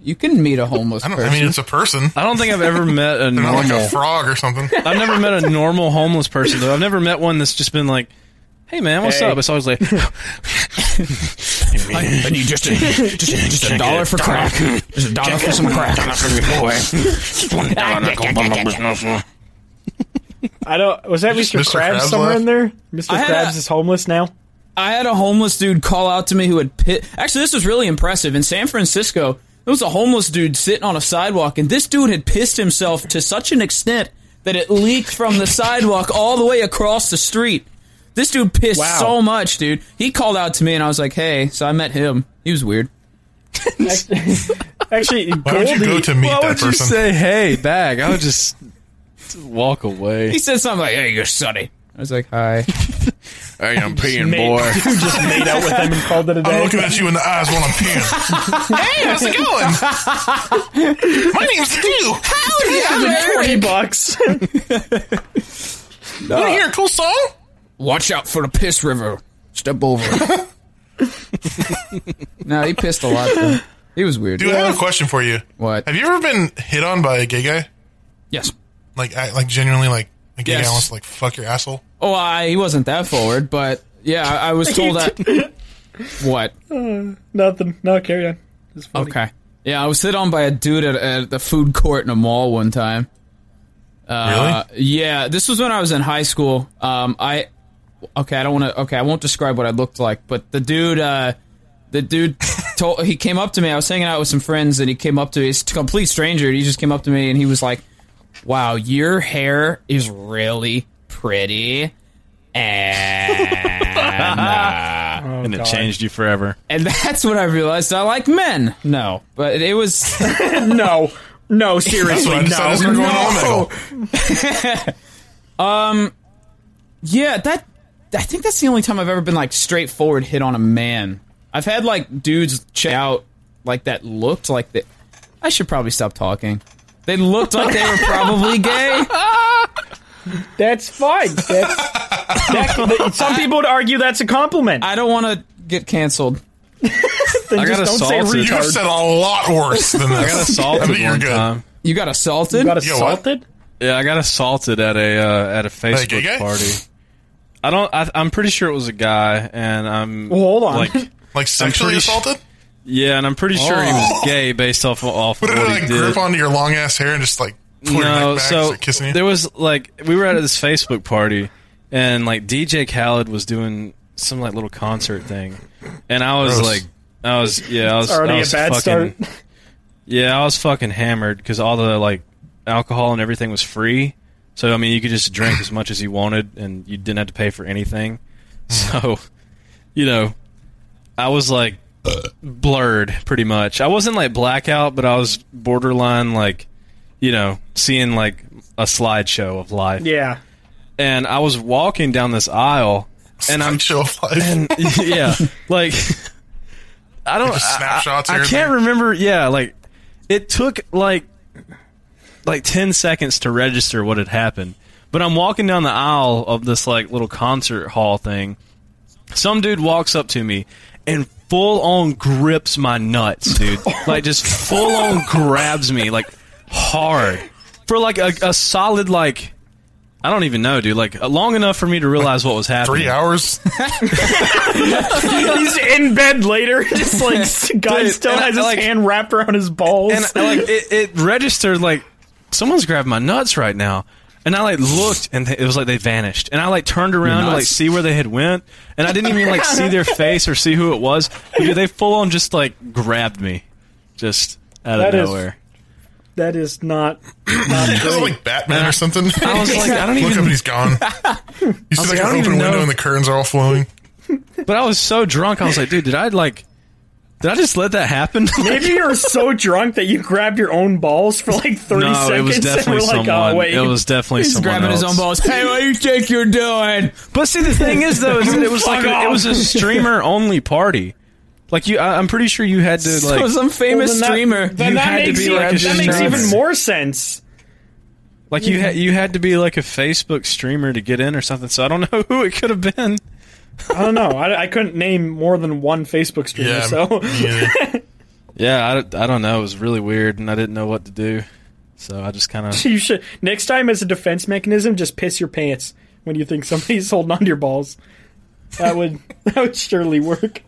Speaker 2: You can meet a homeless
Speaker 1: I don't. I
Speaker 2: person.
Speaker 1: mean, it's a person.
Speaker 4: I don't think I've ever met
Speaker 1: They're
Speaker 4: a
Speaker 1: not like a
Speaker 4: Uh, normal.
Speaker 1: frog or something.
Speaker 4: I've never met a normal homeless person though. I've never met one that's just been like, "Hey man, what's
Speaker 3: Hey.
Speaker 4: up?" It's always like,
Speaker 2: I need just a, just, just a dollar for crack. Just a dollar for some crack.
Speaker 3: I don't. Was that Mr.
Speaker 1: Mr.
Speaker 3: Krabs
Speaker 1: Krabs
Speaker 3: somewhere
Speaker 1: left?
Speaker 3: in there? Mr.
Speaker 2: I had
Speaker 3: Krabs
Speaker 2: a-
Speaker 3: is homeless now.
Speaker 2: I had a homeless dude call out to me who had pit. Actually, this was really impressive. In San Francisco, there was a homeless dude sitting on a sidewalk, and this dude had pissed himself to such an extent that it leaked from the sidewalk all the way across the street. This dude pissed
Speaker 3: Wow.
Speaker 2: so much, dude. He called out to me, and I was like, "Hey!" So I met him. He was weird.
Speaker 3: Actually,
Speaker 1: Why would you go
Speaker 3: Goldie-
Speaker 1: to meet
Speaker 4: "Why
Speaker 1: that
Speaker 4: would you
Speaker 1: person?
Speaker 4: say hey back?" I would just walk away.
Speaker 2: He said something like, "Hey, you're sunny." I was like, "Hi."
Speaker 7: I am peeing,
Speaker 3: made, you just made out with them and called it a
Speaker 1: I'm
Speaker 3: day.
Speaker 1: looking at you in the eyes while I'm peeing. hey, how's it going? My name's Stu. Howdy,
Speaker 3: Twenty bucks.
Speaker 1: Want to hear a cool song?
Speaker 2: Watch out for the piss river. Step over. no, he pissed a lot. though. He was weird.
Speaker 1: Dude, I have a question for you.
Speaker 2: What?
Speaker 1: Have you ever been hit on by a gay guy?
Speaker 2: Yes.
Speaker 1: Like, I, like genuinely, like a gay
Speaker 2: Yes.
Speaker 1: guy wants to like fuck your asshole.
Speaker 2: Oh, I, he wasn't that forward, but yeah, I, I was told that. what?
Speaker 3: Nothing. No, carry on.
Speaker 2: Okay. Yeah, I was hit on by a dude at, at the food court in a mall one time. Uh, yeah, this was when I was in high school. Um, I okay, I don't want to. Okay, I won't describe what I looked like, but the dude, uh, the dude, told he came up to me. I was hanging out with some friends, and he came up to me. He's a complete stranger. He just came up to me, and he was like, "Wow, your hair is really pretty." And
Speaker 3: Oh,
Speaker 4: and it changed you forever.
Speaker 2: And that's when I realized I like men. No, but it was
Speaker 3: No, no,
Speaker 1: That's what I
Speaker 3: seriously,
Speaker 1: decided
Speaker 3: no.
Speaker 1: we're going on medical.
Speaker 2: yeah. That I think that's the only time I've ever been like straightforward hit on a man. I've had like dudes check out like that looked like that. I should probably stop talking. They looked like they were probably gay.
Speaker 3: That's fine. That's, that, some people would argue that's a compliment.
Speaker 2: I don't want to get canceled.
Speaker 3: Then
Speaker 4: I
Speaker 3: just don't
Speaker 4: got
Speaker 3: say
Speaker 4: assaulted.
Speaker 1: You
Speaker 3: retard.
Speaker 1: have said a lot worse than this.
Speaker 4: I got assaulted
Speaker 1: think you're
Speaker 4: one
Speaker 1: good.
Speaker 4: time.
Speaker 2: You got assaulted.
Speaker 3: You got
Speaker 1: Yeah, what?
Speaker 3: assaulted.
Speaker 4: Yeah, I got assaulted at a uh, at a
Speaker 1: a gay
Speaker 4: Facebook
Speaker 1: guy?
Speaker 4: party. I don't. I, I'm pretty sure it was a guy, and I'm
Speaker 3: Well, hold on.
Speaker 4: Like,
Speaker 1: Like sexually
Speaker 4: pretty sh-
Speaker 1: assaulted?
Speaker 4: yeah, and I'm pretty sure he was gay based off of off of
Speaker 1: Oh. Put it
Speaker 4: what
Speaker 1: like
Speaker 4: he did.
Speaker 1: grip onto your long ass hair and just like pull your neck
Speaker 4: no,
Speaker 1: back,
Speaker 4: so
Speaker 1: start kissing you.
Speaker 4: there was like we were at this Facebook party, and like DJ Khaled was doing some like little concert thing, and I was
Speaker 1: Gross.
Speaker 4: like, I was yeah, I was
Speaker 3: already
Speaker 4: I
Speaker 3: a
Speaker 4: was
Speaker 3: bad
Speaker 4: fucking,
Speaker 3: start.
Speaker 4: Yeah, I was fucking hammered because all the like alcohol and everything was free, so I mean you could just drink as much as you wanted, and you didn't have to pay for anything. So, you know, I was like blurred pretty much. I wasn't like blackout, but I was borderline like you know, seeing like a slideshow of life.
Speaker 3: Yeah.
Speaker 4: And I was walking down this aisle and I'm
Speaker 1: chill of life.
Speaker 4: and yeah, like I don't
Speaker 1: Just snapshots
Speaker 4: I, I, I
Speaker 1: everything.
Speaker 4: can't remember. Yeah, like it took like like 10 seconds to register what had happened. But I'm walking down the aisle of this like little concert hall thing. Some dude walks up to me and full on grips my nuts, dude. like just full on grabs me like hard for like a, a solid like I don't even know, dude. Like long enough for me to realize what was happening.
Speaker 1: Three hours.
Speaker 3: He's in bed later, just like guy
Speaker 4: Dude,
Speaker 3: still
Speaker 4: and I-
Speaker 3: has his
Speaker 4: like-
Speaker 3: hand wrapped around his balls.
Speaker 4: and like it, it registered like someone's grabbing my nuts right now and i like looked and it was like they vanished and i like turned around to like
Speaker 2: nuts.
Speaker 4: see where they had went and i didn't even like see their face or see who it was but dude, they full on just like grabbed me just out
Speaker 3: That
Speaker 4: of
Speaker 3: is-
Speaker 4: nowhere
Speaker 3: that is not.
Speaker 1: It was like Batman or something.
Speaker 4: i was like i don't
Speaker 1: Look up and
Speaker 4: even
Speaker 1: he's gone. You see like,
Speaker 4: like, I
Speaker 1: an
Speaker 4: don't
Speaker 1: open
Speaker 4: even
Speaker 1: window
Speaker 4: know.
Speaker 1: and the curtains are all flowing.
Speaker 4: but i was so drunk i was like dude did i like did i just let that happen
Speaker 3: Maybe you were so drunk that you grabbed your own balls for like 30
Speaker 4: no
Speaker 3: seconds
Speaker 4: it was definitely
Speaker 3: and were like,
Speaker 4: someone
Speaker 3: oh, wait.
Speaker 4: it was definitely
Speaker 2: He's
Speaker 4: someone
Speaker 2: grabbing his own
Speaker 4: else.
Speaker 2: balls. Hey, what do you think you're doing?
Speaker 4: But see, the thing is, though, is that it was like
Speaker 3: Fuck
Speaker 4: a, it was a
Speaker 3: off.
Speaker 4: streamer only party, Like you, I, I'm pretty sure you had to
Speaker 2: so
Speaker 4: like
Speaker 2: some famous
Speaker 3: Well, then that-
Speaker 2: streamer.
Speaker 3: Then
Speaker 4: You
Speaker 3: that
Speaker 4: had to
Speaker 3: makes,
Speaker 4: be
Speaker 3: even,
Speaker 4: like a
Speaker 3: that makes
Speaker 4: streamer.
Speaker 3: even more sense.
Speaker 4: like you had you had to be like a Facebook streamer to get in or something. So I don't know who it could have been.
Speaker 3: I don't know. I, I couldn't name more than one Facebook streamer,
Speaker 1: Yeah.
Speaker 3: so
Speaker 1: me neither.
Speaker 4: Yeah, I, don't- I don't know. It was really weird, and I didn't know what to do. So I just kind of
Speaker 3: you should next time as a defense mechanism, just piss your pants when you think somebody's holding onto your balls. That would that would surely work.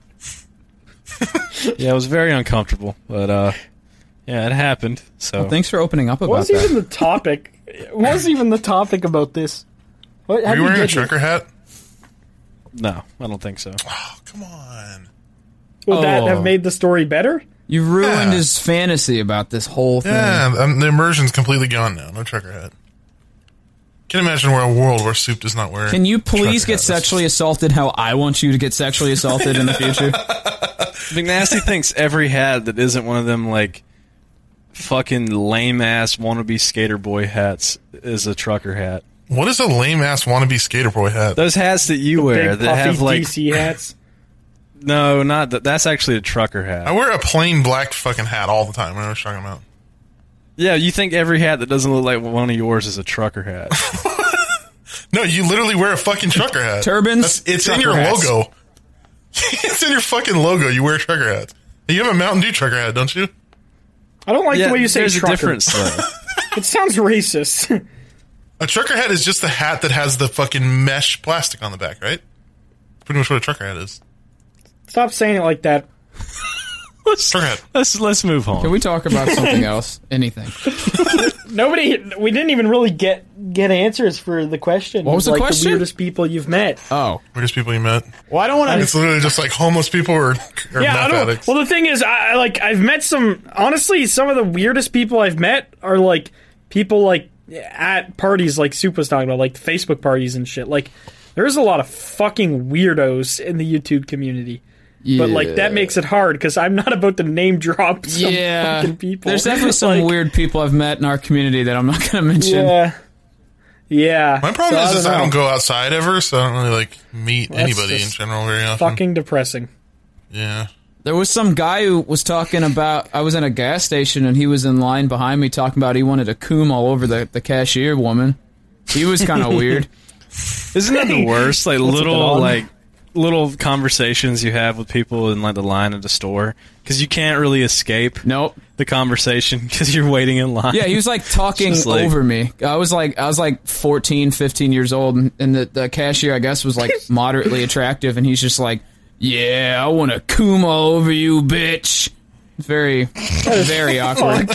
Speaker 4: yeah, it was very uncomfortable. But uh, yeah, it happened. So
Speaker 2: Thanks for opening up
Speaker 3: What
Speaker 2: about
Speaker 3: was
Speaker 2: that.
Speaker 3: even the topic? What was even the topic about this? What, how
Speaker 1: Are
Speaker 3: do
Speaker 1: you wearing a
Speaker 3: get here?
Speaker 1: trucker hat?
Speaker 4: no, I don't think so.
Speaker 1: Oh, come on.
Speaker 3: Would that
Speaker 2: Oh.
Speaker 3: have made the story better?
Speaker 2: you ruined
Speaker 1: Yeah.
Speaker 2: his fantasy about this whole thing.
Speaker 1: Yeah, um, the immersion's completely gone now. No trucker hat. Can't imagine where a world where soup does not wear.
Speaker 2: Can you please
Speaker 1: trucker
Speaker 2: get
Speaker 1: hats.
Speaker 2: sexually assaulted how I want you to get sexually assaulted in the future?
Speaker 4: McNasty thinks every hat that isn't one of them like fucking lame ass wannabe skater boy hats is a trucker hat.
Speaker 1: What is a lame ass wannabe skater boy hat?
Speaker 4: Those hats that you wear
Speaker 3: Big
Speaker 4: that
Speaker 3: puffy
Speaker 4: have like
Speaker 3: DC hats.
Speaker 4: no, not that. That's actually a trucker
Speaker 1: I
Speaker 4: hat.
Speaker 1: wear a plain black fucking hat all the time. I know what you're talking about.
Speaker 4: Yeah, you think every hat that doesn't look like one of yours is a trucker hat?
Speaker 1: No, you literally wear a fucking trucker hat.
Speaker 2: Turbans,
Speaker 1: That's- it's in your
Speaker 2: trucker hats.
Speaker 1: logo. it's in your fucking logo. You wear trucker hats. You have a Mountain Dew trucker hat, don't you?
Speaker 3: I don't like
Speaker 4: yeah,
Speaker 3: the way you say
Speaker 4: there's
Speaker 3: trucker.
Speaker 4: a difference though.
Speaker 3: It sounds racist.
Speaker 1: A trucker hat is just the hat that has the fucking mesh plastic on the back, right? Pretty much what a trucker hat is.
Speaker 3: Stop saying it like that.
Speaker 1: Trucker hat.
Speaker 4: let's let's move on.
Speaker 2: Can we talk about something else? Anything?
Speaker 3: Nobody. We didn't even really get get answers for the question.
Speaker 2: What was the
Speaker 3: like
Speaker 2: question?
Speaker 3: The weirdest people you've met.
Speaker 2: Oh,
Speaker 1: Weirdest people you met.
Speaker 5: Well, I don't want
Speaker 1: It's literally just like homeless people or, or
Speaker 3: yeah, I
Speaker 1: meth
Speaker 3: don't.
Speaker 1: addicts.
Speaker 3: Well, Oh, the thing is, I I, like I've met some. Honestly, some of the weirdest people I've met are like people like at parties, like Soup was talking about, like Facebook parties and shit. Like there's a lot of fucking weirdos in the YouTube community. But like that makes it hard because I'm not about to name drop some
Speaker 2: yeah.
Speaker 3: fucking people.
Speaker 2: There's definitely some
Speaker 3: Like,
Speaker 2: weird people I've met in our community that I'm not going to mention.
Speaker 3: Yeah. uh, Yeah.
Speaker 1: My problem
Speaker 3: So
Speaker 1: is, is I
Speaker 3: know.
Speaker 1: don't go outside ever, so I don't really like meet
Speaker 3: that's
Speaker 1: anybody in
Speaker 3: just
Speaker 1: general very often.
Speaker 3: Fucking depressing.
Speaker 1: yeah.
Speaker 2: There was some guy who was talking about. I was in a gas station and he was in line behind me talking about he wanted to coom all over the, the cashier woman. He was kind of weird.
Speaker 4: Isn't that the worst? Like little
Speaker 3: on?
Speaker 4: like little conversations you have with people in like the line at the store because you can't really escape
Speaker 2: Nope.
Speaker 4: the conversation because you're waiting in line.
Speaker 2: Yeah, he was like talking
Speaker 4: Just like-
Speaker 2: over me. I was like I was like 14, 15 years old and, and the, the cashier I guess was like moderately attractive and he's just like, "Yeah, I want to coom all over you, bitch." Very very awkward.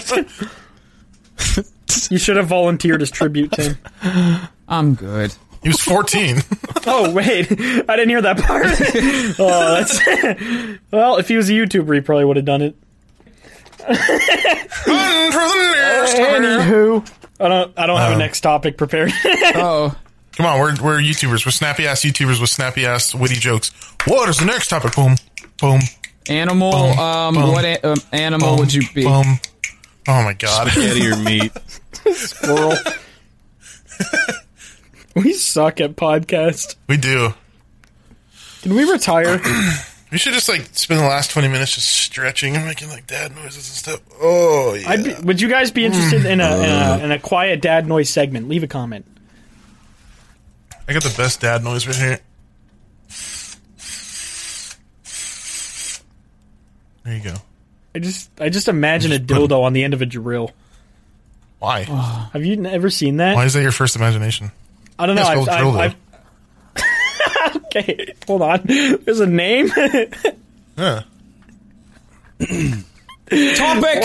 Speaker 3: You should have volunteered as tribute, Tim.
Speaker 2: I'm good.
Speaker 1: He was 14.
Speaker 3: Oh wait, I didn't hear that part. oh, that's well. If he was a YouTuber, he probably would have done it.
Speaker 1: Run for the nearest corner.
Speaker 3: Anywho, I don't. Uh, I don't have a
Speaker 1: Um,
Speaker 3: next topic prepared.
Speaker 2: Oh,
Speaker 1: Come on, we're, we're YouTubers. We're snappy ass YouTubers with snappy ass witty jokes. What is the next topic? Boom, boom,
Speaker 2: animal
Speaker 1: Bum,
Speaker 2: um
Speaker 1: bum,
Speaker 2: what a- um, animal
Speaker 1: boom,
Speaker 2: would you be?
Speaker 1: boom. Oh my god.
Speaker 4: Spaghetti or meat.
Speaker 3: Squirrel. we suck at podcast.
Speaker 1: we do.
Speaker 3: Can we retire?
Speaker 1: We should just like spend the last 20 minutes just stretching and making like dad noises and stuff. Oh, yeah.
Speaker 3: I'd be, would you guys be interested in a, in a in a quiet dad noise segment? Leave a comment.
Speaker 1: I got the best dad noise right here. There you go.
Speaker 3: I just I just imagine a dildo on the end of a drill.
Speaker 1: Why?
Speaker 3: Have you ever seen that?
Speaker 1: Why is that your first imagination?
Speaker 3: I don't know.
Speaker 1: It's
Speaker 3: I've,
Speaker 1: called
Speaker 3: I've,
Speaker 1: Drillo.
Speaker 3: I've, okay, hold on. There's a name.
Speaker 1: Yeah.
Speaker 2: Topic.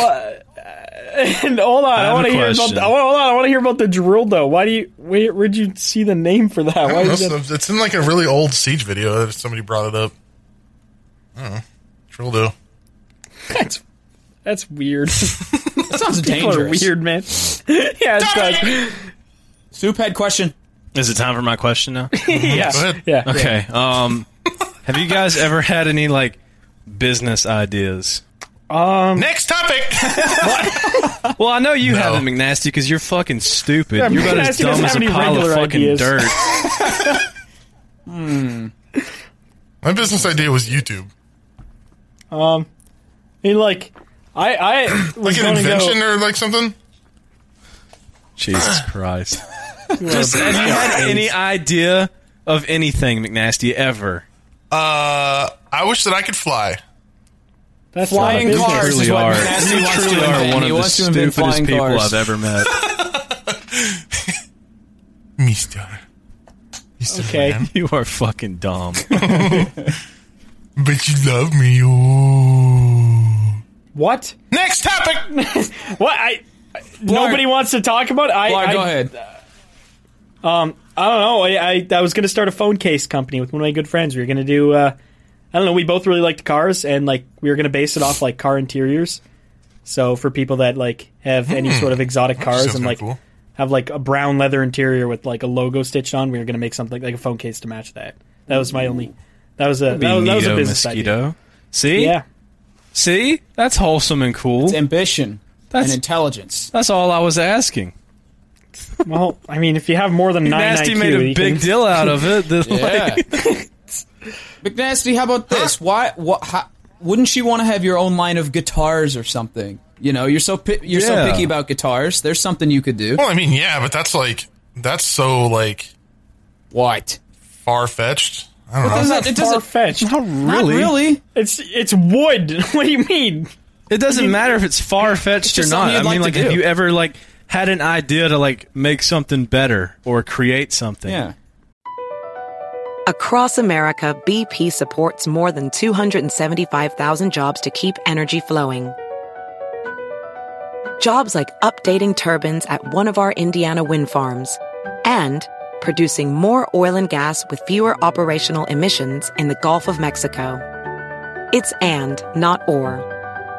Speaker 3: And hold on, I,
Speaker 4: have
Speaker 3: want
Speaker 4: a
Speaker 3: to hear about.
Speaker 4: question.
Speaker 3: The, I wanna, hold on, I want to hear about the drill though. Why do you? Where, where'd you see the name for that?
Speaker 1: I
Speaker 3: Why
Speaker 1: don't know,
Speaker 3: is that?
Speaker 1: so- It's in like a really old Siege video. If somebody brought it up. I don't know. Trildo.
Speaker 3: That's, that's weird.
Speaker 2: That sounds
Speaker 3: People are
Speaker 2: dangerous.
Speaker 3: weird, man. yeah, it's good.
Speaker 2: Soup head question.
Speaker 4: Is it time for my question now?
Speaker 3: Yeah,
Speaker 1: Go ahead.
Speaker 3: yeah.
Speaker 4: Okay. Um, have you guys ever had any like business ideas?
Speaker 3: Um,
Speaker 1: Next topic.
Speaker 4: Well, I know you
Speaker 1: No.
Speaker 4: haven't, McNasty, because you're fucking stupid.
Speaker 3: Yeah,
Speaker 4: you're about as
Speaker 3: McNasty doesn't
Speaker 4: dumb as
Speaker 3: have
Speaker 4: a
Speaker 3: any
Speaker 4: pile of
Speaker 3: regular
Speaker 4: fucking
Speaker 3: ideas.
Speaker 4: dirt.
Speaker 1: My business idea was YouTube.
Speaker 3: Um, I mean, like, I, I was
Speaker 8: Like an
Speaker 3: going to
Speaker 8: invention
Speaker 3: go.
Speaker 8: or like something?
Speaker 4: Jesus Christ.
Speaker 9: Just, have you
Speaker 4: had any idea of anything, McNasty, ever?
Speaker 8: Uh, I wish that I could fly.
Speaker 3: That's
Speaker 2: Flying
Speaker 3: not a
Speaker 4: You
Speaker 3: business.
Speaker 2: cars
Speaker 4: truly
Speaker 2: is what
Speaker 4: are.
Speaker 2: Nasty
Speaker 4: You
Speaker 2: wants to
Speaker 4: truly are
Speaker 2: invent.
Speaker 4: one
Speaker 2: He
Speaker 4: of the
Speaker 2: wants to invent
Speaker 4: stupidest
Speaker 2: flying
Speaker 4: people
Speaker 2: cars.
Speaker 4: I've ever met.
Speaker 8: Mister. Mister
Speaker 3: Okay.
Speaker 8: Man.
Speaker 4: you are fucking dumb.
Speaker 8: But you love me. Ooh.
Speaker 3: What?
Speaker 8: Next topic.
Speaker 3: What? I. Nobody wants to talk about. It. I,
Speaker 2: Blarg,
Speaker 3: I,
Speaker 2: go ahead.
Speaker 3: Um, I don't know. I, I, I was going to start a phone case company with one of my good friends. We were going to do. Uh, I don't know. We both really liked cars, and like we were going to base it off like car interiors. So for people that like have any sort of exotic cars
Speaker 8: sounds
Speaker 3: and
Speaker 8: kinda
Speaker 3: like
Speaker 8: cool.
Speaker 3: have like a brown leather interior with like a logo stitched on, we were going to make something like a phone case to match that. That was my only. That was a that was, that was a
Speaker 4: Neato
Speaker 3: business idea.
Speaker 4: See?
Speaker 3: Yeah.
Speaker 4: See? That's wholesome and cool.
Speaker 2: It's ambition
Speaker 4: That's-
Speaker 2: and intelligence.
Speaker 4: That's all I was asking.
Speaker 3: Well, I mean, if you have more than nine
Speaker 4: Nasty
Speaker 3: IQ,
Speaker 4: made a
Speaker 3: you can-
Speaker 4: big deal out of it. That,
Speaker 2: Yeah. McNasty, how about this? Why? What? How, wouldn't you want to have your own line of guitars or something? You know, you're so pi- you're so
Speaker 4: Yeah.
Speaker 2: picky about guitars. There's something you could do.
Speaker 8: Well, I mean, yeah, but that's like that's so like
Speaker 2: What?
Speaker 8: far fetched. I don't know.
Speaker 2: Doesn't- it doesn't-
Speaker 3: far fetched.
Speaker 2: Not really.
Speaker 3: It's it's wood. what do you mean?
Speaker 4: It doesn't matter if it's far fetched or
Speaker 2: just
Speaker 4: not.
Speaker 2: something
Speaker 4: I
Speaker 2: you'd
Speaker 4: mean,
Speaker 2: like
Speaker 4: like,
Speaker 2: to
Speaker 4: have
Speaker 2: do.
Speaker 4: you ever like had an idea to like make something better or create something?
Speaker 2: Yeah.
Speaker 10: Across America, BP supports more than 275,000 jobs to keep energy flowing. Jobs like updating turbines at one of our Indiana wind farms and producing more oil and gas with fewer operational emissions in the Gulf of Mexico. It's and, not or.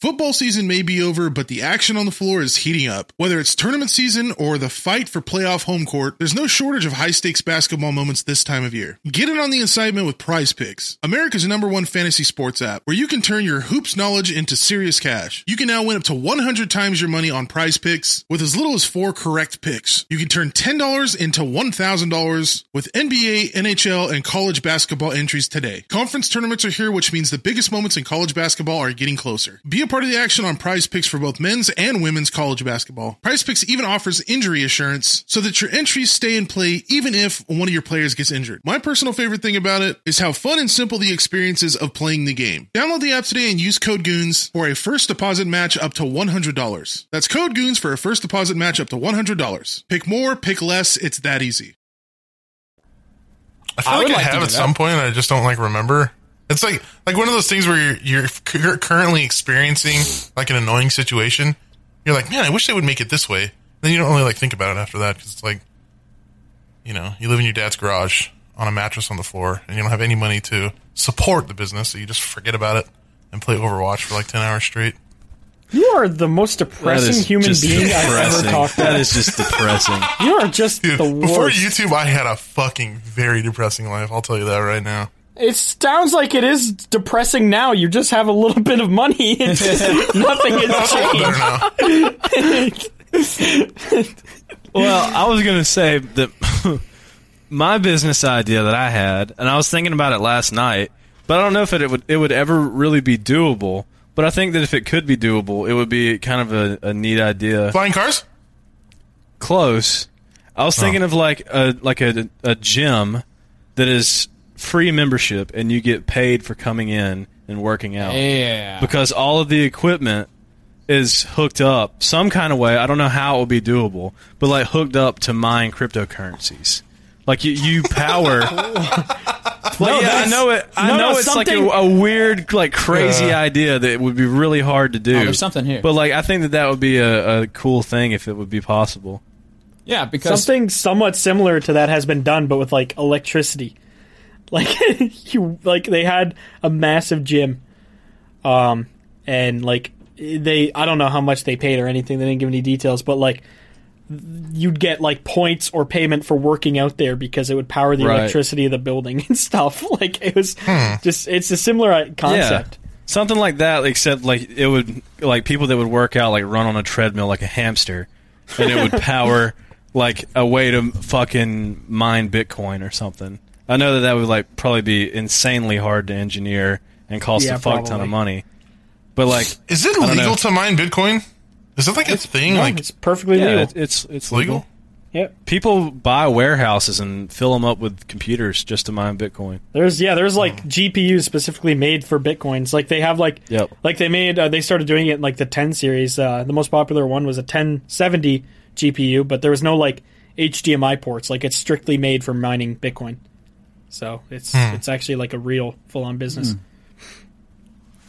Speaker 1: Football season may be over, but the action on the floor is heating up. Whether it's tournament season or the fight for playoff home court, there's no shortage of high stakes basketball moments this time of year. Get in on the excitement with Prize Picks, America's number one fantasy sports app, where you can turn your hoops knowledge into serious cash. You can now win up to 100 times your money on Prize Picks with as little as four correct picks. You can turn $10 into $1,000 with NBA, NHL, and college basketball entries today. Conference tournaments are here, which means the biggest moments in college basketball are getting closer. Be a part of the action on prize picks for both men's and women's college basketball. Prize picks even offers injury assurance so that your entries stay in play even if one of your players gets injured. My personal favorite thing about it is how fun and simple the experience is of playing the game. Download the app today and use code GOONS for a first deposit match up to $100. That's code GOONS for a first deposit match up to $100. Pick more, pick less, it's that easy.
Speaker 8: I feel
Speaker 2: I
Speaker 8: like
Speaker 2: would
Speaker 8: I
Speaker 2: like to
Speaker 8: have
Speaker 2: do
Speaker 8: at
Speaker 2: that.
Speaker 8: some point. I just don't like remember. It's like like one of those things where you're, you're cur- currently experiencing like an annoying situation. You're like, man, I wish they would make it this way. Then you don't really like think about it after that because it's like, you know, you live in your dad's garage on a mattress on the floor, and you don't have any money to support the business, so you just forget about it and play Overwatch for like ten hours straight.
Speaker 3: You are the most
Speaker 4: That
Speaker 3: depressing
Speaker 4: is
Speaker 3: human
Speaker 4: just
Speaker 3: being I've
Speaker 4: depressing.
Speaker 3: ever talked to.
Speaker 4: That is just depressing.
Speaker 3: You are just
Speaker 8: Dude,
Speaker 3: the
Speaker 8: before
Speaker 3: worst.
Speaker 8: YouTube, I had a fucking very depressing life. I'll tell you that right now.
Speaker 3: It sounds like it is depressing now. You just have a little bit of money. and nothing has
Speaker 8: Better
Speaker 3: changed.
Speaker 8: now.
Speaker 4: Well, I was gonna say that my business idea that I had, and I was thinking about it last night, but I don't know if it, it would it would ever really be doable. But I think that if it could be doable, it would be kind of a, a neat idea.
Speaker 8: Flying cars?
Speaker 4: Close. I was thinking of like a like a, a gym that is free membership, and you get paid for coming in and working out
Speaker 2: Yeah.
Speaker 4: because all of the equipment is hooked up some kind of way. I don't know how it will be doable, but like hooked up to mine cryptocurrencies. Like you, you power. Well, yeah, I
Speaker 3: that's-
Speaker 4: know it. I
Speaker 3: no,
Speaker 4: know
Speaker 3: no,
Speaker 4: it's
Speaker 3: something-
Speaker 4: like a, a weird, like crazy idea that would be really hard to do.
Speaker 2: Oh, there's something here.
Speaker 4: But like, I think that that would be a, a cool thing if it would be possible.
Speaker 2: Yeah, because
Speaker 3: Something somewhat similar to that has been done, but with like electricity. Like you, like they had a massive gym, um, and like they, I don't know how much they paid or anything. They didn't give any details, but like you'd get like points or payment for working out there because it would power the
Speaker 4: Right. Hmm.
Speaker 3: electricity of the building and stuff. Like it was just, it's a similar uh, concept.
Speaker 4: Yeah. Something like that, except like it would like people that would work out like run on a treadmill like a hamster, and it would power like a way to fucking mine Bitcoin or something. I know that that would like probably be insanely hard to engineer and cost
Speaker 1: Yeah,
Speaker 4: a fuck ton
Speaker 1: probably.
Speaker 4: of money. But like,
Speaker 1: Is it
Speaker 4: I don't know.
Speaker 1: legal to mine Bitcoin? Is that like a thing?
Speaker 4: no,
Speaker 1: like
Speaker 4: it's
Speaker 3: perfectly
Speaker 4: Yeah, legal. it- it's it's legal.
Speaker 3: Yep.
Speaker 4: People buy warehouses and fill them up with computers just to mine Bitcoin.
Speaker 3: There's yeah, there's
Speaker 4: Hmm.
Speaker 3: like GPUs specifically made for bitcoins. Like they have like
Speaker 4: Yep.
Speaker 3: like they made uh, they started doing it in like the 10 series. Uh, the most popular one was a 1070 GPU, but there was no like HDMI ports. Like it's strictly made for mining Bitcoin. So it's
Speaker 1: Hmm.
Speaker 3: it's actually like a real full on business.
Speaker 4: Hmm.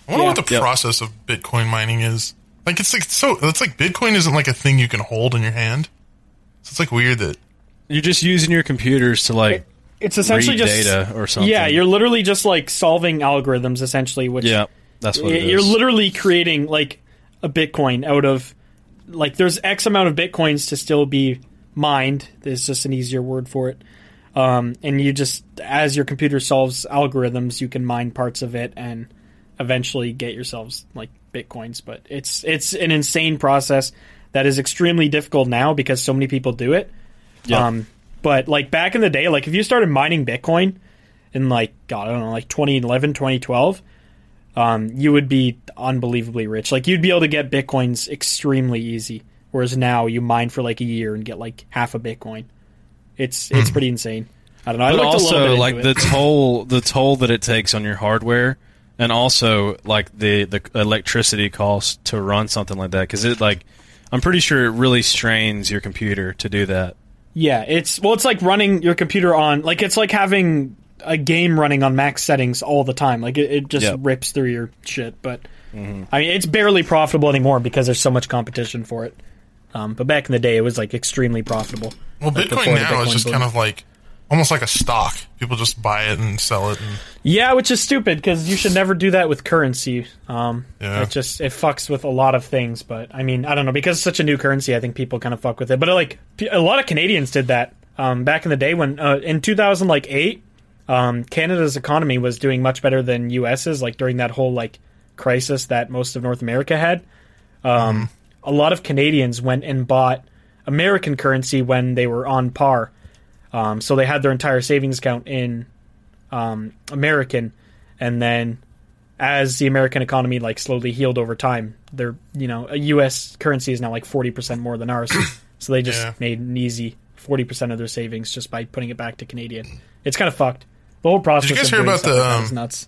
Speaker 1: I wonder
Speaker 3: Yeah.
Speaker 1: what the
Speaker 3: Yep.
Speaker 1: process of Bitcoin mining is. Like it's like so it's like Bitcoin isn't like a thing you can hold in your hand. So it's like weird that
Speaker 4: You're just using your computers to like
Speaker 3: It's essentially
Speaker 4: read
Speaker 3: just
Speaker 4: data or something.
Speaker 3: Yeah, you're literally just like solving algorithms essentially. Which
Speaker 4: yeah. That's what it
Speaker 3: you're
Speaker 4: is.
Speaker 3: literally creating like a bitcoin out of like there's x amount of bitcoins to still be mined there's just an easier word for it um, and you just as your computer solves algorithms you can mine parts of it and eventually get yourselves like bitcoins but it's it's an insane process that is extremely difficult now because so many people do it
Speaker 4: Yeah.
Speaker 3: um, but like back in the day like if you started mining bitcoin in like god i don't know like 2011 2012 um, you would be unbelievably rich. Like you'd be able to get bitcoins extremely easy, whereas now you mine for like a year and get like half a bitcoin. It's it's pretty insane. I don't know. I
Speaker 4: Hmm. but
Speaker 3: looked a
Speaker 4: also
Speaker 3: little bit
Speaker 4: like
Speaker 3: into
Speaker 4: the
Speaker 3: it.
Speaker 4: toll the toll that it takes on your hardware and also like the the electricity cost to run something like that because it like i'm pretty sure it really strains your computer to do that
Speaker 3: yeah, it's well, it's like running your computer on like it's like having a game running on max settings all the time. Like it, it just
Speaker 4: Yep.
Speaker 3: rips through your shit. But I mean, it's barely profitable anymore because there's so much competition for it. Um, but back in the day, it was like extremely profitable.
Speaker 1: well
Speaker 3: Like,
Speaker 1: Bitcoin
Speaker 3: before the
Speaker 1: now is
Speaker 3: Bitcoin
Speaker 1: just
Speaker 3: boom.
Speaker 1: kind of like almost like a stock. People just buy it and sell it and
Speaker 3: Yeah, which is stupid because you should never do that with currency. Um,
Speaker 1: Yeah.
Speaker 3: It just it fucks with a lot of things. But I mean, I don't know because it's such a new currency. I think people kind of fuck with it. But like p- a lot of Canadians did that um, back in the day when uh, in 2008, um, Canada's economy was doing much better than U.S.'s. Like during that whole like crisis that most of North America had, um, a lot of Canadians went and bought American currency when they were on par. Um, so they had their entire savings account in um, American, and then as the American economy like slowly healed over time, their you know a U.S. currency is now like forty percent more than ours, so they just
Speaker 1: Yeah.
Speaker 3: made an easy forty percent of their savings just by putting it back to Canadian. It's kind of fucked. The whole process.
Speaker 1: Did you guys
Speaker 3: of
Speaker 1: hear
Speaker 3: doing
Speaker 1: about
Speaker 3: stuff
Speaker 1: the
Speaker 3: like that
Speaker 1: um,
Speaker 3: is nuts?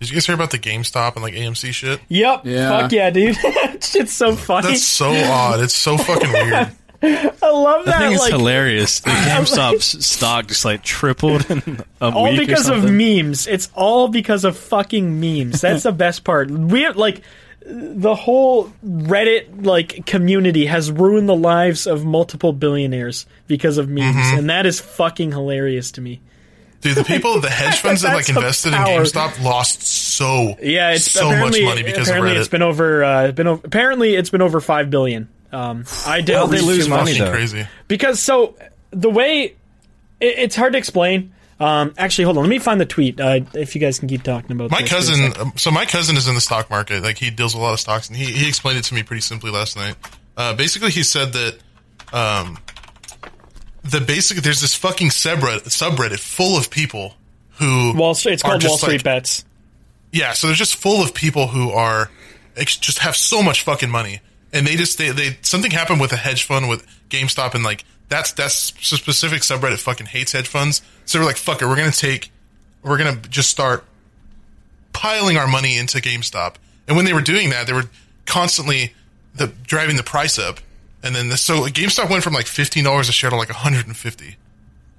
Speaker 1: Did you guys hear about the GameStop and like AMC shit?
Speaker 3: Yep.
Speaker 1: Yeah.
Speaker 3: Fuck yeah, dude. Shit's so funny.
Speaker 1: That's so odd. It's so fucking weird.
Speaker 3: I love that.
Speaker 4: that thing is
Speaker 3: like,
Speaker 4: hilarious the gamestop's stock just like tripled in a
Speaker 3: all
Speaker 4: week
Speaker 3: because
Speaker 4: or
Speaker 3: of
Speaker 4: something.
Speaker 3: memes. It's all because of fucking memes. That's the best part. We have, like the whole Reddit like community has ruined the lives of multiple billionaires because of memes,
Speaker 1: Mhm.
Speaker 3: and that is fucking hilarious to me.
Speaker 1: Dude, the people, the hedge funds that like
Speaker 3: That's the
Speaker 1: invested in
Speaker 3: power.
Speaker 1: GameStop lost so
Speaker 3: Yeah, it's
Speaker 1: so much
Speaker 3: apparently,
Speaker 1: money because of
Speaker 3: apparently
Speaker 1: Reddit.
Speaker 3: it's been over. Uh, been over, apparently it's been over five billion. Um, I did
Speaker 4: they lose money, though?
Speaker 1: Crazy.
Speaker 3: because so the way it, it's hard to explain. Um, actually, hold on. Let me find the tweet. Uh, if you guys can keep talking about
Speaker 1: My
Speaker 3: this for a
Speaker 1: cousin,
Speaker 3: sec.
Speaker 1: um, so my cousin is in the stock market. Like he deals with a lot of stocks, and he, he explained it to me pretty simply last night. Uh, basically, he said that um, the basic there's this fucking subreddit, subreddit full of people who
Speaker 3: Wall Street. It's
Speaker 1: are
Speaker 3: called
Speaker 1: just
Speaker 3: Wall Street
Speaker 1: like-
Speaker 3: Bets.
Speaker 1: yeah, so they're just full of people who are ex- just have so much fucking money, and they just they, they something happened with a hedge fund with GameStop, and like that's that's specific subreddit fucking hates hedge funds, so we're like fuck it, we're gonna take, we're gonna just start piling our money into GameStop, and when they were doing that, they were constantly the driving the price up, and then the, so GameStop went from like fifteen dollars a share to like one hundred and fifty.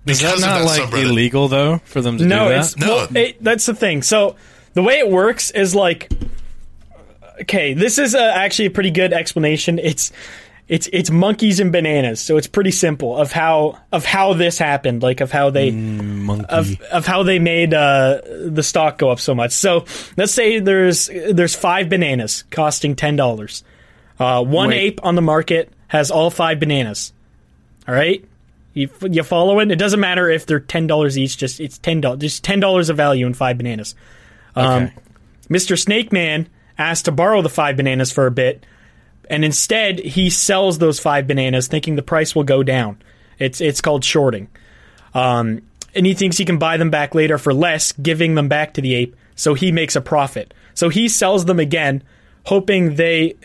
Speaker 4: is that
Speaker 1: because of
Speaker 4: not
Speaker 1: that
Speaker 4: like
Speaker 1: subreddit.
Speaker 4: illegal though for them to
Speaker 3: no,
Speaker 4: do that
Speaker 3: it's well, it, that's the thing. So the way it works is like, okay, this is uh actually a pretty good explanation. It's it's it's monkeys and bananas. So it's pretty simple of how of how this happened, like of how they of of how they made uh, the stock go up so much. So let's say there's there's five bananas costing ten dollars. Uh, one
Speaker 5: Wait.
Speaker 3: ape on the market has all five bananas. All right, you you following? It doesn't matter if they're ten dollars each. Just it's ten dollars. Just ten dollars of value in five bananas. Um, Mr. Snake Man asked to borrow the five bananas for a bit, And instead, he sells those five bananas, thinking the price will go down. It's it's called shorting. Um, and he thinks he can buy them back later for less, giving them back to the ape. So he makes a profit. So he sells them again, hoping they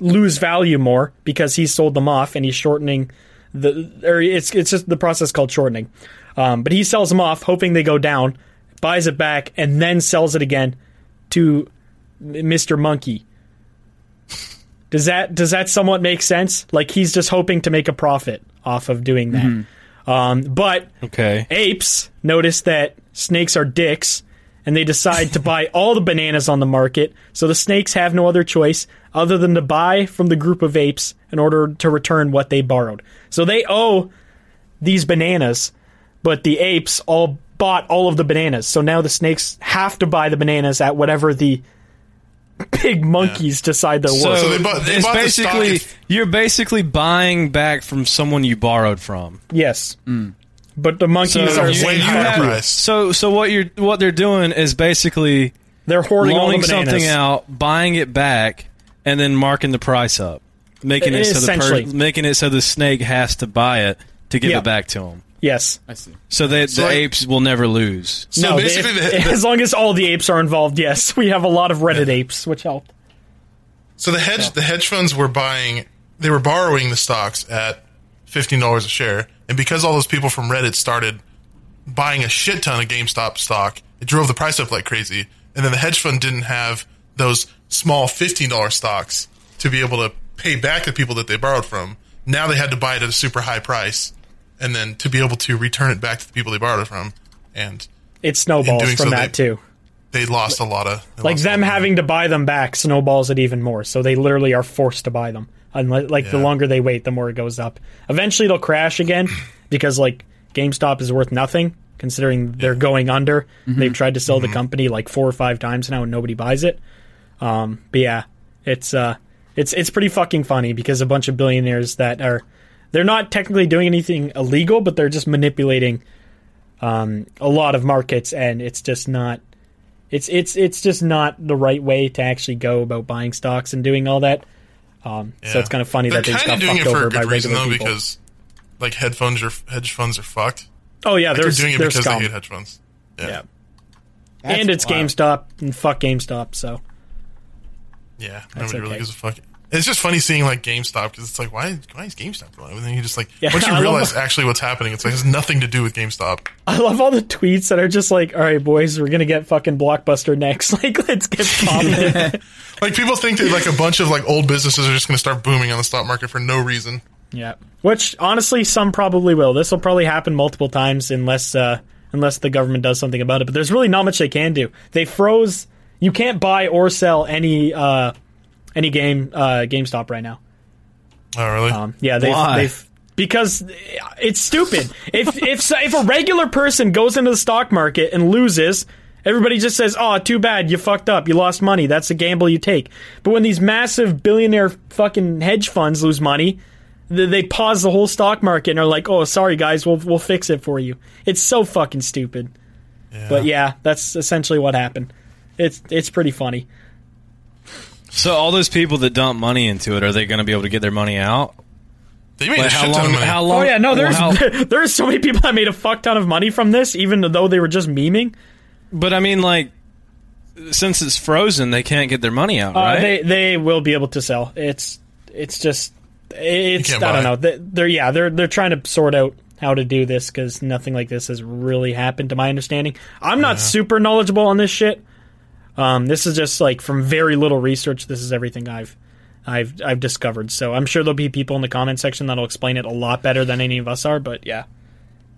Speaker 3: lose value more because he sold them off and he's shortening the or it's it's just the process called shortening. Um, but he sells them off, hoping they go down, buys it back, and then sells it again to Mr. Monkey. Does that does that somewhat make sense? Like he's just hoping to make a profit off of doing that. Um, but
Speaker 4: Okay.
Speaker 3: apes notice that snakes are dicks and they decide to buy all the bananas on the market so the snakes have no other choice other than to buy from the group of apes in order to return what they borrowed so they owe these bananas but the apes all bought all of the bananas so now the snakes have to buy the bananas at whatever the big monkeys decide they're
Speaker 4: So,
Speaker 3: worth
Speaker 1: So they bought- they
Speaker 4: it's
Speaker 1: bought the stock
Speaker 4: basically
Speaker 1: at-
Speaker 4: you're basically buying back from someone you borrowed from.
Speaker 3: yes but the monkeys
Speaker 4: So
Speaker 3: are
Speaker 1: you-
Speaker 3: way
Speaker 1: you
Speaker 3: higher
Speaker 1: have-
Speaker 3: price.
Speaker 1: price.
Speaker 4: So so what you're what they're doing is basically
Speaker 3: they're hoarding all the
Speaker 4: loaning
Speaker 3: bananas
Speaker 4: something out, buying it back, and then marking the price up, making it, so the per-
Speaker 3: Essentially.
Speaker 4: making it so the snake has to buy it to give
Speaker 3: Yeah.
Speaker 4: it back to him.
Speaker 3: yes
Speaker 2: I see.
Speaker 4: So that the
Speaker 1: like-
Speaker 4: apes will never lose.
Speaker 1: So
Speaker 3: no, they-
Speaker 1: basically, the, the-
Speaker 3: as long as all the apes are involved, yes, we have a lot of Reddit apes, which helped.
Speaker 1: so the hedge the hedge funds were buying, they were borrowing the stocks at fifteen dollars a share, and because all those people from Reddit started buying a shit ton of GameStop stock, it drove the price up like crazy. And then the hedge fund didn't have those small fifteen dollar stocks to be able to pay back the people that they borrowed from. Now they had to buy it at a super high price, and then to be able to return it back to the people they borrowed it from, and
Speaker 3: It snowballs
Speaker 1: doing
Speaker 3: from
Speaker 1: so,
Speaker 3: that
Speaker 1: they-
Speaker 3: too.
Speaker 1: they lost a lot of they
Speaker 3: Like
Speaker 1: lost a
Speaker 3: them
Speaker 1: lot of money.
Speaker 3: having to buy them back snowballs it even more. So they literally are forced to buy them. Unless, like the
Speaker 1: Yeah.
Speaker 3: longer they wait, the more it goes up. Eventually, it'll crash again because like GameStop is worth nothing considering they're going under.
Speaker 1: Mm-hmm.
Speaker 3: They've tried to sell the company like four or five times now, and nobody buys it. Um, but yeah, it's uh, it's it's pretty fucking funny because a bunch of billionaires that are they're not technically doing anything illegal, but they're just manipulating um, a lot of markets, and it's just not it's it's it's just not the right way to actually go about buying stocks and doing all that. Um, So
Speaker 1: Yeah.
Speaker 3: it's kind of funny
Speaker 1: They're
Speaker 3: that they just
Speaker 1: kinda
Speaker 3: got fucked over by regular people.
Speaker 1: because like headphones are hedge funds are fucked.
Speaker 3: oh yeah,
Speaker 1: Like,
Speaker 3: they're,
Speaker 1: they're doing it
Speaker 3: they're
Speaker 1: because
Speaker 3: scum.
Speaker 1: they hate hedge funds. Yeah, yeah.
Speaker 11: That's
Speaker 3: and it's
Speaker 11: wild.
Speaker 3: GameStop and fuck GameStop. So
Speaker 1: Nobody really
Speaker 3: okay.
Speaker 1: gives a fuck. It's just funny seeing like GameStop because it's like why why is GameStop going? And then you just like
Speaker 3: Yeah,
Speaker 1: once
Speaker 3: I
Speaker 1: you
Speaker 3: love
Speaker 1: realize actually what's happening, it's like it has nothing to do with GameStop.
Speaker 3: I love all the tweets that are just like, "All right, boys, we're gonna get fucking blockbuster next. like, let's get popping."
Speaker 1: Like people think that like a bunch of like old businesses are just going to start booming on the stock market for no reason.
Speaker 3: yeah. Which honestly, some probably will. This will probably happen multiple times unless uh, unless the government does something about it. But there's really not much they can do. They froze. You can't buy or sell any uh, any game uh, GameStop right now.
Speaker 1: Oh really?
Speaker 3: Um, yeah, they've,
Speaker 4: Why?
Speaker 3: they've because it's stupid. if if so- if a regular person goes into the stock market and loses, everybody just says, "Oh, too bad, you fucked up, you lost money. That's a gamble you take." But when these massive billionaire fucking hedge funds lose money, th- they pause the whole stock market and are like, "Oh, sorry guys, we'll we'll fix it for you." It's so fucking stupid. But yeah, that's essentially what happened. It's it's pretty funny.
Speaker 4: So all those people that dump money into it, are they going to be able to get their money out?
Speaker 1: they made
Speaker 4: Like
Speaker 1: a
Speaker 4: how
Speaker 1: shit ton
Speaker 4: long?
Speaker 1: of money.
Speaker 4: How long?
Speaker 3: Oh yeah, no, there's
Speaker 4: how-
Speaker 3: there's so many people that made a fuck ton of money from this, even though they were just memeing.
Speaker 4: but I mean, like, since it's frozen, they can't get their money out,
Speaker 3: Uh,
Speaker 4: right?
Speaker 3: They they will be able to sell. It's it's just it's
Speaker 1: can't
Speaker 3: I don't
Speaker 1: buy
Speaker 3: know.
Speaker 1: it.
Speaker 3: They- They're yeah they're they're trying to sort out how to do this because nothing like this has really happened to my understanding. I'm not super knowledgeable on this shit. Um, this is just like from very little research. This is everything I've. I've I've discovered, so I'm sure there'll be people in the comment section that'll explain it a lot better than any of us are. But yeah,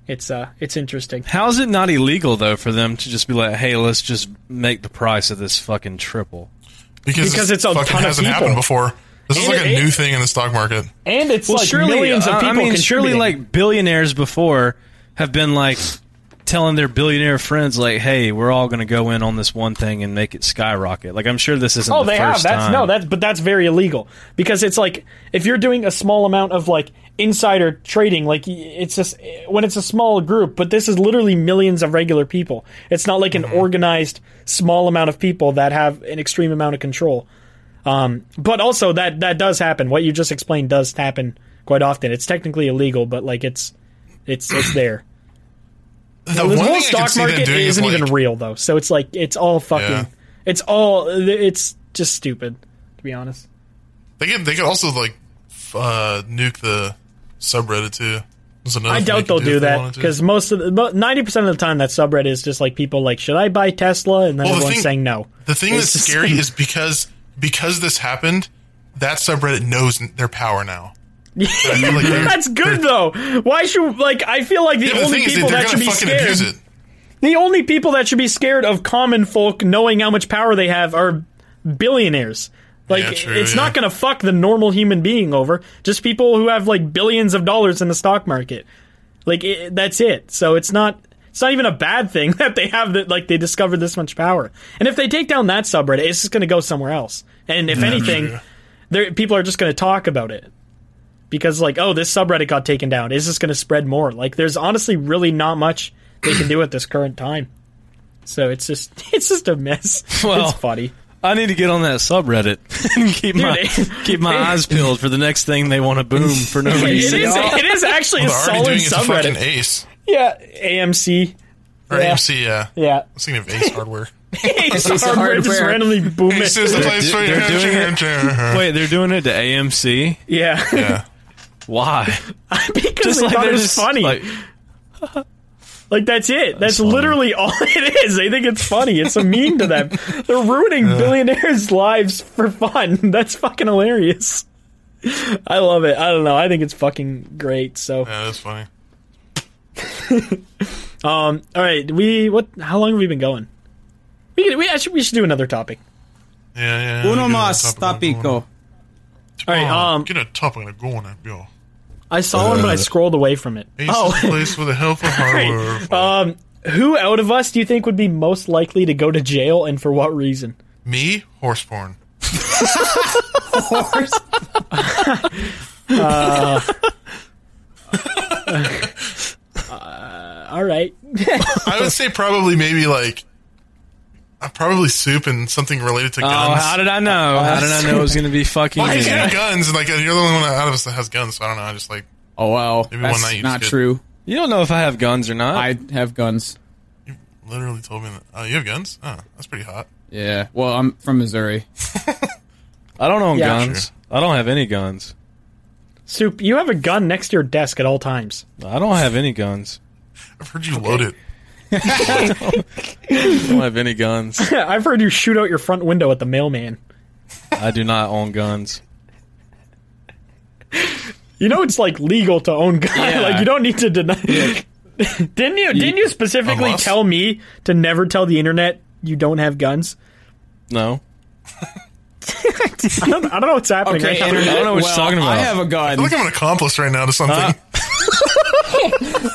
Speaker 3: it's uh it's interesting.
Speaker 4: How is it not illegal though for them to just be like, "Hey, let's just make the price of this fucking triple"?
Speaker 1: because,
Speaker 3: because
Speaker 1: this
Speaker 3: it's a
Speaker 1: fucking
Speaker 3: ton of
Speaker 1: hasn't
Speaker 3: people.
Speaker 1: happened before. This is
Speaker 3: And
Speaker 1: like a
Speaker 3: it-
Speaker 1: new thing in the stock market.
Speaker 3: And it's like millions of
Speaker 4: I-
Speaker 3: people.
Speaker 4: I mean, surely
Speaker 3: contributing.
Speaker 4: like billionaires before have been like telling their billionaire friends, like, "Hey, we're all going to go in on this one thing and make it skyrocket." Like, I'm sure this isn't.
Speaker 3: Oh,
Speaker 4: the
Speaker 3: they have.
Speaker 4: first
Speaker 3: That's
Speaker 4: time.
Speaker 3: no. That's but that's very illegal because it's like if you're doing a small amount of like insider trading, like y- it's just when it's a small group. But this is literally millions of regular people.
Speaker 4: Mm-hmm.
Speaker 3: It's not like an organized small amount of people that have an extreme amount of control. Um, but also that that does happen. What you just explained does happen quite often. It's technically illegal, but like it's it's it's there.
Speaker 1: The
Speaker 3: the
Speaker 1: one
Speaker 3: whole
Speaker 1: thing I could
Speaker 3: stock
Speaker 1: see them
Speaker 3: market
Speaker 1: doing is,
Speaker 3: isn't even
Speaker 1: like-
Speaker 3: real though, so it's like it's all fucking.
Speaker 1: Yeah.
Speaker 3: It's all. It's just stupid, to be honest.
Speaker 1: They could they could also like f- uh, nuke the subreddit too. That's another
Speaker 3: I
Speaker 1: thing
Speaker 3: doubt
Speaker 1: could
Speaker 3: they'll
Speaker 1: if
Speaker 3: do
Speaker 1: they
Speaker 3: that
Speaker 1: wanted to.
Speaker 3: because most of the ninety percent of the time that subreddit is just like people like, should I buy Tesla? And then
Speaker 1: Well, the
Speaker 3: everyone's
Speaker 1: thing-
Speaker 3: saying no.
Speaker 1: The thing
Speaker 3: It's
Speaker 1: that's
Speaker 3: just-
Speaker 1: scary is because because this happened, that subreddit knows n- their power now. I feel like they're-
Speaker 3: That's good though. Why should like I feel like the
Speaker 1: Yeah, but
Speaker 3: only
Speaker 1: is
Speaker 3: people
Speaker 1: they're
Speaker 3: that should
Speaker 1: gonna
Speaker 3: be scared
Speaker 1: abuse it.
Speaker 3: the only people that should be scared of common folk knowing how much power they have are billionaires. Like
Speaker 1: Yeah, true,
Speaker 3: it's
Speaker 1: yeah.
Speaker 3: not going to fuck the normal human being over. Just people who have like billions of dollars in the stock market. Like it, that's it. So it's not it's not even a bad thing that they have that like they discovered this much power. And if they take down that subreddit, it's just going to go somewhere else. And if anything, there people are just going to talk about it because like oh this subreddit got taken down. Is this going to spread more? Like there's honestly really not much they can do at this current time. So it's just it's just a mess.
Speaker 4: Well,
Speaker 3: it's funny.
Speaker 4: I need to get on that subreddit and keep
Speaker 3: Dude,
Speaker 4: my
Speaker 3: it-
Speaker 4: keep my eyes peeled for the next thing they want to boom for no
Speaker 3: It is,
Speaker 4: reason.
Speaker 3: it is actually
Speaker 1: Well,
Speaker 3: a
Speaker 1: they're already
Speaker 3: solid
Speaker 1: doing it to fucking
Speaker 3: subreddit.
Speaker 1: Ace
Speaker 3: Yeah, AMC.
Speaker 1: or
Speaker 3: Yeah.
Speaker 1: AMC. Yeah, I
Speaker 3: Yeah,
Speaker 1: was thinking of Ace Hardware.
Speaker 3: Ace
Speaker 2: Ace
Speaker 3: hardware just
Speaker 2: Hardware.
Speaker 3: randomly booming.
Speaker 1: Ace is the place for your
Speaker 4: they're doing
Speaker 1: Wait,
Speaker 4: Wait, they're doing it to AMC?
Speaker 3: Yeah,
Speaker 1: yeah.
Speaker 4: Why?
Speaker 3: because they thought it was funny.
Speaker 4: like-
Speaker 3: Like, that's it. That's,
Speaker 4: funny.
Speaker 3: literally all it is. They think it's funny. It's a meme to them. They're ruining billionaires' lives for fun. That's fucking hilarious. I love it. I don't know. I think it's fucking great. So.
Speaker 1: Yeah, that's funny.
Speaker 3: Um. All right. We what? How long have we been going? We could- we I should, we should do another topic.
Speaker 1: Yeah, yeah. yeah,
Speaker 2: Uno
Speaker 1: get a
Speaker 2: más
Speaker 1: topic going.
Speaker 2: topico.
Speaker 3: All right.
Speaker 1: Oh,
Speaker 3: Um.
Speaker 1: get a topic and go on that bill.
Speaker 3: I saw one, but I scrolled away from it.
Speaker 1: Ace is the
Speaker 3: Oh.
Speaker 1: place for the help of hardware.
Speaker 3: um. Who out of us do you think would be most likely to go to jail, and for what reason?
Speaker 1: Me, horse porn.
Speaker 3: All right.
Speaker 1: I would say probably maybe like, uh, probably soup and something related to
Speaker 4: Oh,
Speaker 1: guns.
Speaker 4: how did I know? How did I know it was going to be fucking?
Speaker 1: Well, 'cause you
Speaker 4: me?
Speaker 1: have guns, and like you're the only one out of us that has guns. So I don't know. I just like
Speaker 2: Oh wow,
Speaker 1: Maybe one
Speaker 2: that's
Speaker 1: night you
Speaker 2: not
Speaker 1: just get-
Speaker 2: true.
Speaker 4: You don't know if I have guns or not.
Speaker 2: I have guns.
Speaker 1: you literally told me that. Oh, you have guns? Oh, that's pretty hot.
Speaker 2: Yeah. Well, I'm from Missouri.
Speaker 4: I don't own
Speaker 3: Yeah.
Speaker 4: guns. I don't have any guns.
Speaker 3: Soup, you have a gun next to your desk at all times.
Speaker 4: I don't have any guns.
Speaker 1: I've heard you load it.
Speaker 4: I don't have any guns.
Speaker 3: I've heard you shoot out your front window at the mailman.
Speaker 4: I do not own guns.
Speaker 3: You know it's like legal to own guns.
Speaker 4: Yeah.
Speaker 3: like you don't need to deny. didn't you? Didn't you specifically
Speaker 1: Unless-
Speaker 3: tell me to never tell the internet you don't have guns?
Speaker 4: No.
Speaker 3: I don't, I don't know what's happening. right now.
Speaker 4: I don't know what
Speaker 2: well,
Speaker 4: you're talking about.
Speaker 2: I have a gun.
Speaker 1: I feel like I'm an accomplice right now to something.
Speaker 3: I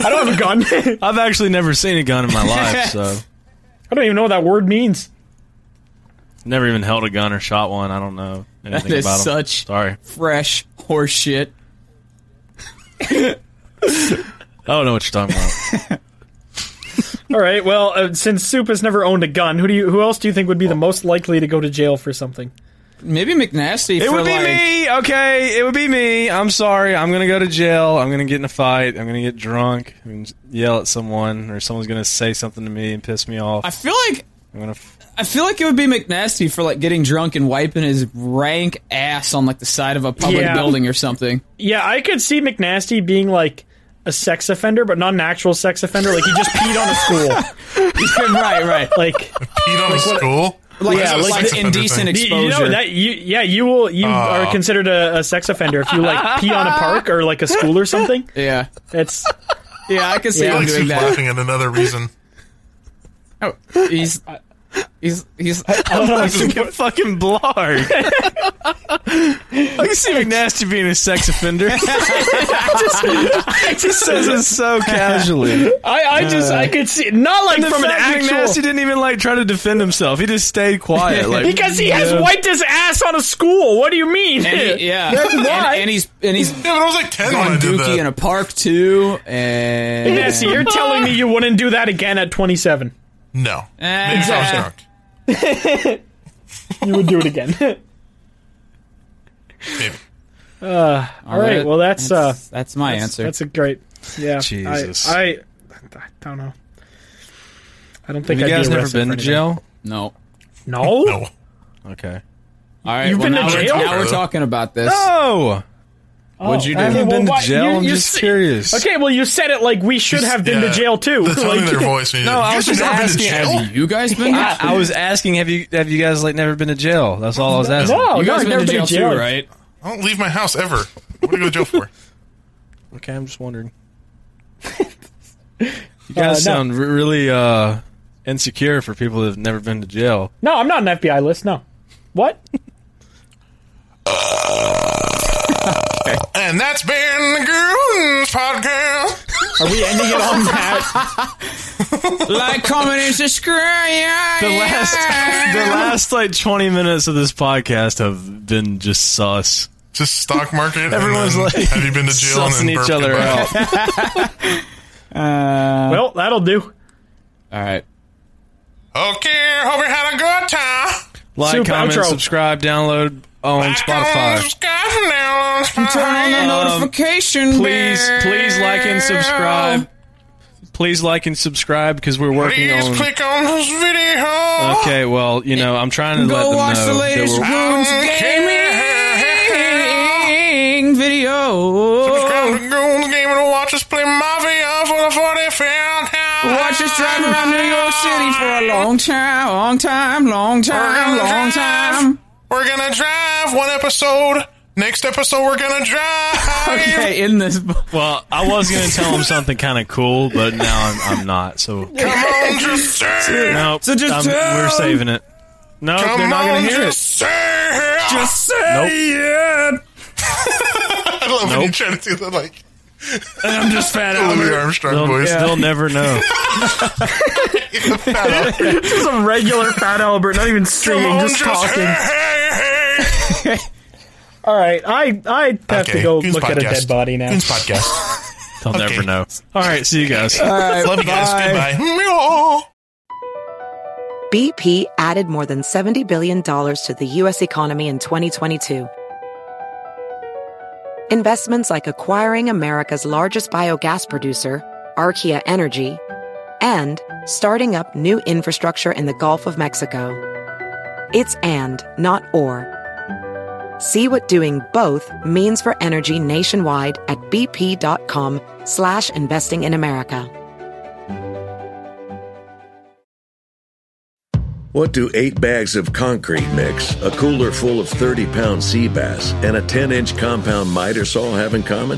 Speaker 3: don't have a gun.
Speaker 4: I've actually never seen a gun in my life, so
Speaker 3: I don't even know what that word means.
Speaker 4: never even held a gun or shot one. I don't know anything
Speaker 2: That is
Speaker 4: about 'em.
Speaker 2: such-
Speaker 4: Sorry,
Speaker 2: Fresh horse shit.
Speaker 4: I don't know what you're talking about.
Speaker 3: All right. Well, uh, since Soup has never owned a gun, who do you? Who else do you think would be the most likely to go to jail for something?
Speaker 2: Maybe McNasty.
Speaker 4: It
Speaker 2: for
Speaker 4: would be
Speaker 2: like,
Speaker 4: me. Okay, it would be me. I'm sorry. I'm gonna go to jail. I'm gonna get in a fight. I'm gonna get drunk and yell at someone, or someone's gonna say something to me and piss me off.
Speaker 2: I feel like
Speaker 4: I'm gonna. F-
Speaker 2: I feel like it would be McNasty for like getting drunk and wiping his rank ass on like the side of a public
Speaker 3: Yeah.
Speaker 2: building or something.
Speaker 3: Yeah, I could see McNasty being like a sex offender, but not an actual sex offender. Like he just peed on a school.
Speaker 2: right, right.
Speaker 3: Like
Speaker 1: Peed on a school.
Speaker 2: Like,
Speaker 1: Why is
Speaker 3: yeah,
Speaker 1: that a
Speaker 3: like
Speaker 1: sex
Speaker 2: the
Speaker 1: offender
Speaker 2: indecent
Speaker 1: thing?
Speaker 2: ex-
Speaker 3: you- you know
Speaker 2: Exposure.
Speaker 3: that you yeah you will you are considered a, a sex offender if you like pee on a park or like a school or something.
Speaker 2: Yeah,
Speaker 3: It's
Speaker 2: yeah. I can see him
Speaker 3: Yeah.
Speaker 1: Like
Speaker 2: doing
Speaker 1: Soup's
Speaker 2: that.
Speaker 1: laughing at another reason.
Speaker 2: Oh, he's he's he's.
Speaker 4: a fucking blog. I can see McNasty being a sex offender. It just says it so casually.
Speaker 3: I I just I could see not like
Speaker 4: The
Speaker 3: from an
Speaker 4: fact
Speaker 3: actual
Speaker 4: McNasty didn't even like try to defend himself. He just stayed quiet. Like
Speaker 3: because he has wiped his ass on a school. What do you mean?
Speaker 2: And he- yeah,
Speaker 3: That's
Speaker 2: and,
Speaker 3: why.
Speaker 2: and he's and he's
Speaker 1: Yeah, but I was like ten when I
Speaker 2: going
Speaker 1: did
Speaker 2: dookie
Speaker 1: that.
Speaker 2: in a park too. And
Speaker 3: Yeah, so you're telling me you wouldn't do that again at 27.
Speaker 1: no, maybe if I was
Speaker 2: yeah.
Speaker 1: drunk.
Speaker 3: You would do it again. Uh, all right.
Speaker 2: that-
Speaker 3: well, that's
Speaker 2: that's-
Speaker 3: uh,
Speaker 2: that's my
Speaker 3: that's-
Speaker 2: answer.
Speaker 3: That's a great. Yeah. I-
Speaker 2: Jesus.
Speaker 3: I, I, don't know. I don't
Speaker 2: Have
Speaker 3: think
Speaker 2: you
Speaker 3: I'd
Speaker 2: guys
Speaker 3: be
Speaker 2: never
Speaker 3: arrested
Speaker 2: been
Speaker 3: for
Speaker 2: to
Speaker 3: anything.
Speaker 2: jail? No.
Speaker 3: No.
Speaker 1: No.
Speaker 4: Okay.
Speaker 2: All right.
Speaker 3: You've
Speaker 2: well,
Speaker 3: been to
Speaker 2: now we're-
Speaker 3: jail?
Speaker 2: Now we're talking about this.
Speaker 4: No.
Speaker 2: What'd you do?
Speaker 3: Oh, okay,
Speaker 2: Haven't
Speaker 3: well,
Speaker 2: been to
Speaker 3: why-
Speaker 2: jail, I'm just
Speaker 3: s-
Speaker 2: curious.
Speaker 3: Okay, well, you said it like we should have been
Speaker 4: yeah,
Speaker 3: to jail too.
Speaker 4: the tone
Speaker 3: like,
Speaker 4: of their voice when you- No, I You was guys just have never been to asking, jail? have
Speaker 2: you guys been to
Speaker 4: I, I was asking, have you have you guys like never been to jail? That's all I was asking.
Speaker 3: oh,
Speaker 1: No, You guys no, been to never been to jail too, jail.
Speaker 4: right?
Speaker 1: I don't leave my house ever. What do you go to jail for?
Speaker 4: Okay, I'm just wondering. You
Speaker 3: Uh,
Speaker 4: guys
Speaker 3: no.
Speaker 4: sound re- really uh, insecure for people that have never been to jail.
Speaker 3: No, I'm not an FBI list. No. What?
Speaker 1: And that's been the Goons Podcast.
Speaker 3: Are we ending it on that?
Speaker 2: like, comment, and subscribe.
Speaker 4: The last, the last like twenty minutes of this podcast have been just sus.
Speaker 1: Just stock market.
Speaker 4: Everyone's
Speaker 1: and
Speaker 4: like,
Speaker 1: then have you been to jail? And then
Speaker 4: sussing each
Speaker 1: burped
Speaker 4: other
Speaker 1: goodbye.
Speaker 4: out.
Speaker 3: well, that'll do.
Speaker 2: All right.
Speaker 1: Okay, hope you had a good time.
Speaker 4: Like,
Speaker 1: Super
Speaker 4: comment,
Speaker 1: outro.
Speaker 4: subscribe, download on Spotify.
Speaker 2: Turn on the
Speaker 4: Um,
Speaker 2: notification
Speaker 4: Please,
Speaker 2: bell.
Speaker 4: please like and subscribe. Please like and subscribe because we're working
Speaker 1: Please
Speaker 4: on.
Speaker 1: click on this video.
Speaker 4: Okay, well, you know, I'm trying to let them
Speaker 2: Go watch
Speaker 4: know
Speaker 2: the
Speaker 4: that
Speaker 2: latest
Speaker 4: we're-
Speaker 2: Goons Gaming video.
Speaker 1: Subscribe to Goons Gaming and watch us play Mafia for the 45th time.
Speaker 2: Watch us drive around New York City for a long time, long time, long time, long time.
Speaker 1: We're gonna drive one episode. Next episode, we're gonna drive.
Speaker 2: Okay, in this.
Speaker 4: Well, I was gonna tell them something kind of cool, but now I'm, I'm not. So
Speaker 1: Come on, just say. it.
Speaker 4: no,
Speaker 2: So just
Speaker 4: I'm-
Speaker 2: tell 'em.
Speaker 4: we're saving it. No,
Speaker 1: Come
Speaker 4: they're not
Speaker 1: on,
Speaker 4: gonna hear
Speaker 1: just
Speaker 4: it.
Speaker 1: say. it.
Speaker 2: Just say
Speaker 4: Nope.
Speaker 2: it.
Speaker 1: I love when you
Speaker 4: Nope.
Speaker 1: try to do that, like
Speaker 4: And I'm just fat
Speaker 1: Louis Armstrong
Speaker 4: They'll,
Speaker 1: voice.
Speaker 4: they'll never know.
Speaker 3: Just a regular Fat Albert, not even singing,
Speaker 1: Come on,
Speaker 3: just talking.
Speaker 1: Hey, hey, hey.
Speaker 3: All right, I I have to
Speaker 1: Okay,
Speaker 3: go
Speaker 1: Goons
Speaker 3: look at a
Speaker 1: Podcast.
Speaker 3: dead body now.
Speaker 1: Goons podcast.
Speaker 4: They'll
Speaker 1: Okay.
Speaker 4: never know. All right, see you guys.
Speaker 1: Love you guys. Goodbye. Meow.
Speaker 10: BP added more than $70 billion to the U.S. economy in 2022. Investments like acquiring America's largest biogas producer, Archaea Energy, and starting up new infrastructure in the Gulf of Mexico. It's and, not or. See what doing both means for energy nationwide at bp.com slash investing in America.
Speaker 11: What do eight bags of concrete mix, a cooler full of 30 pound sea bass, and a 10 inch compound miter saw have in common?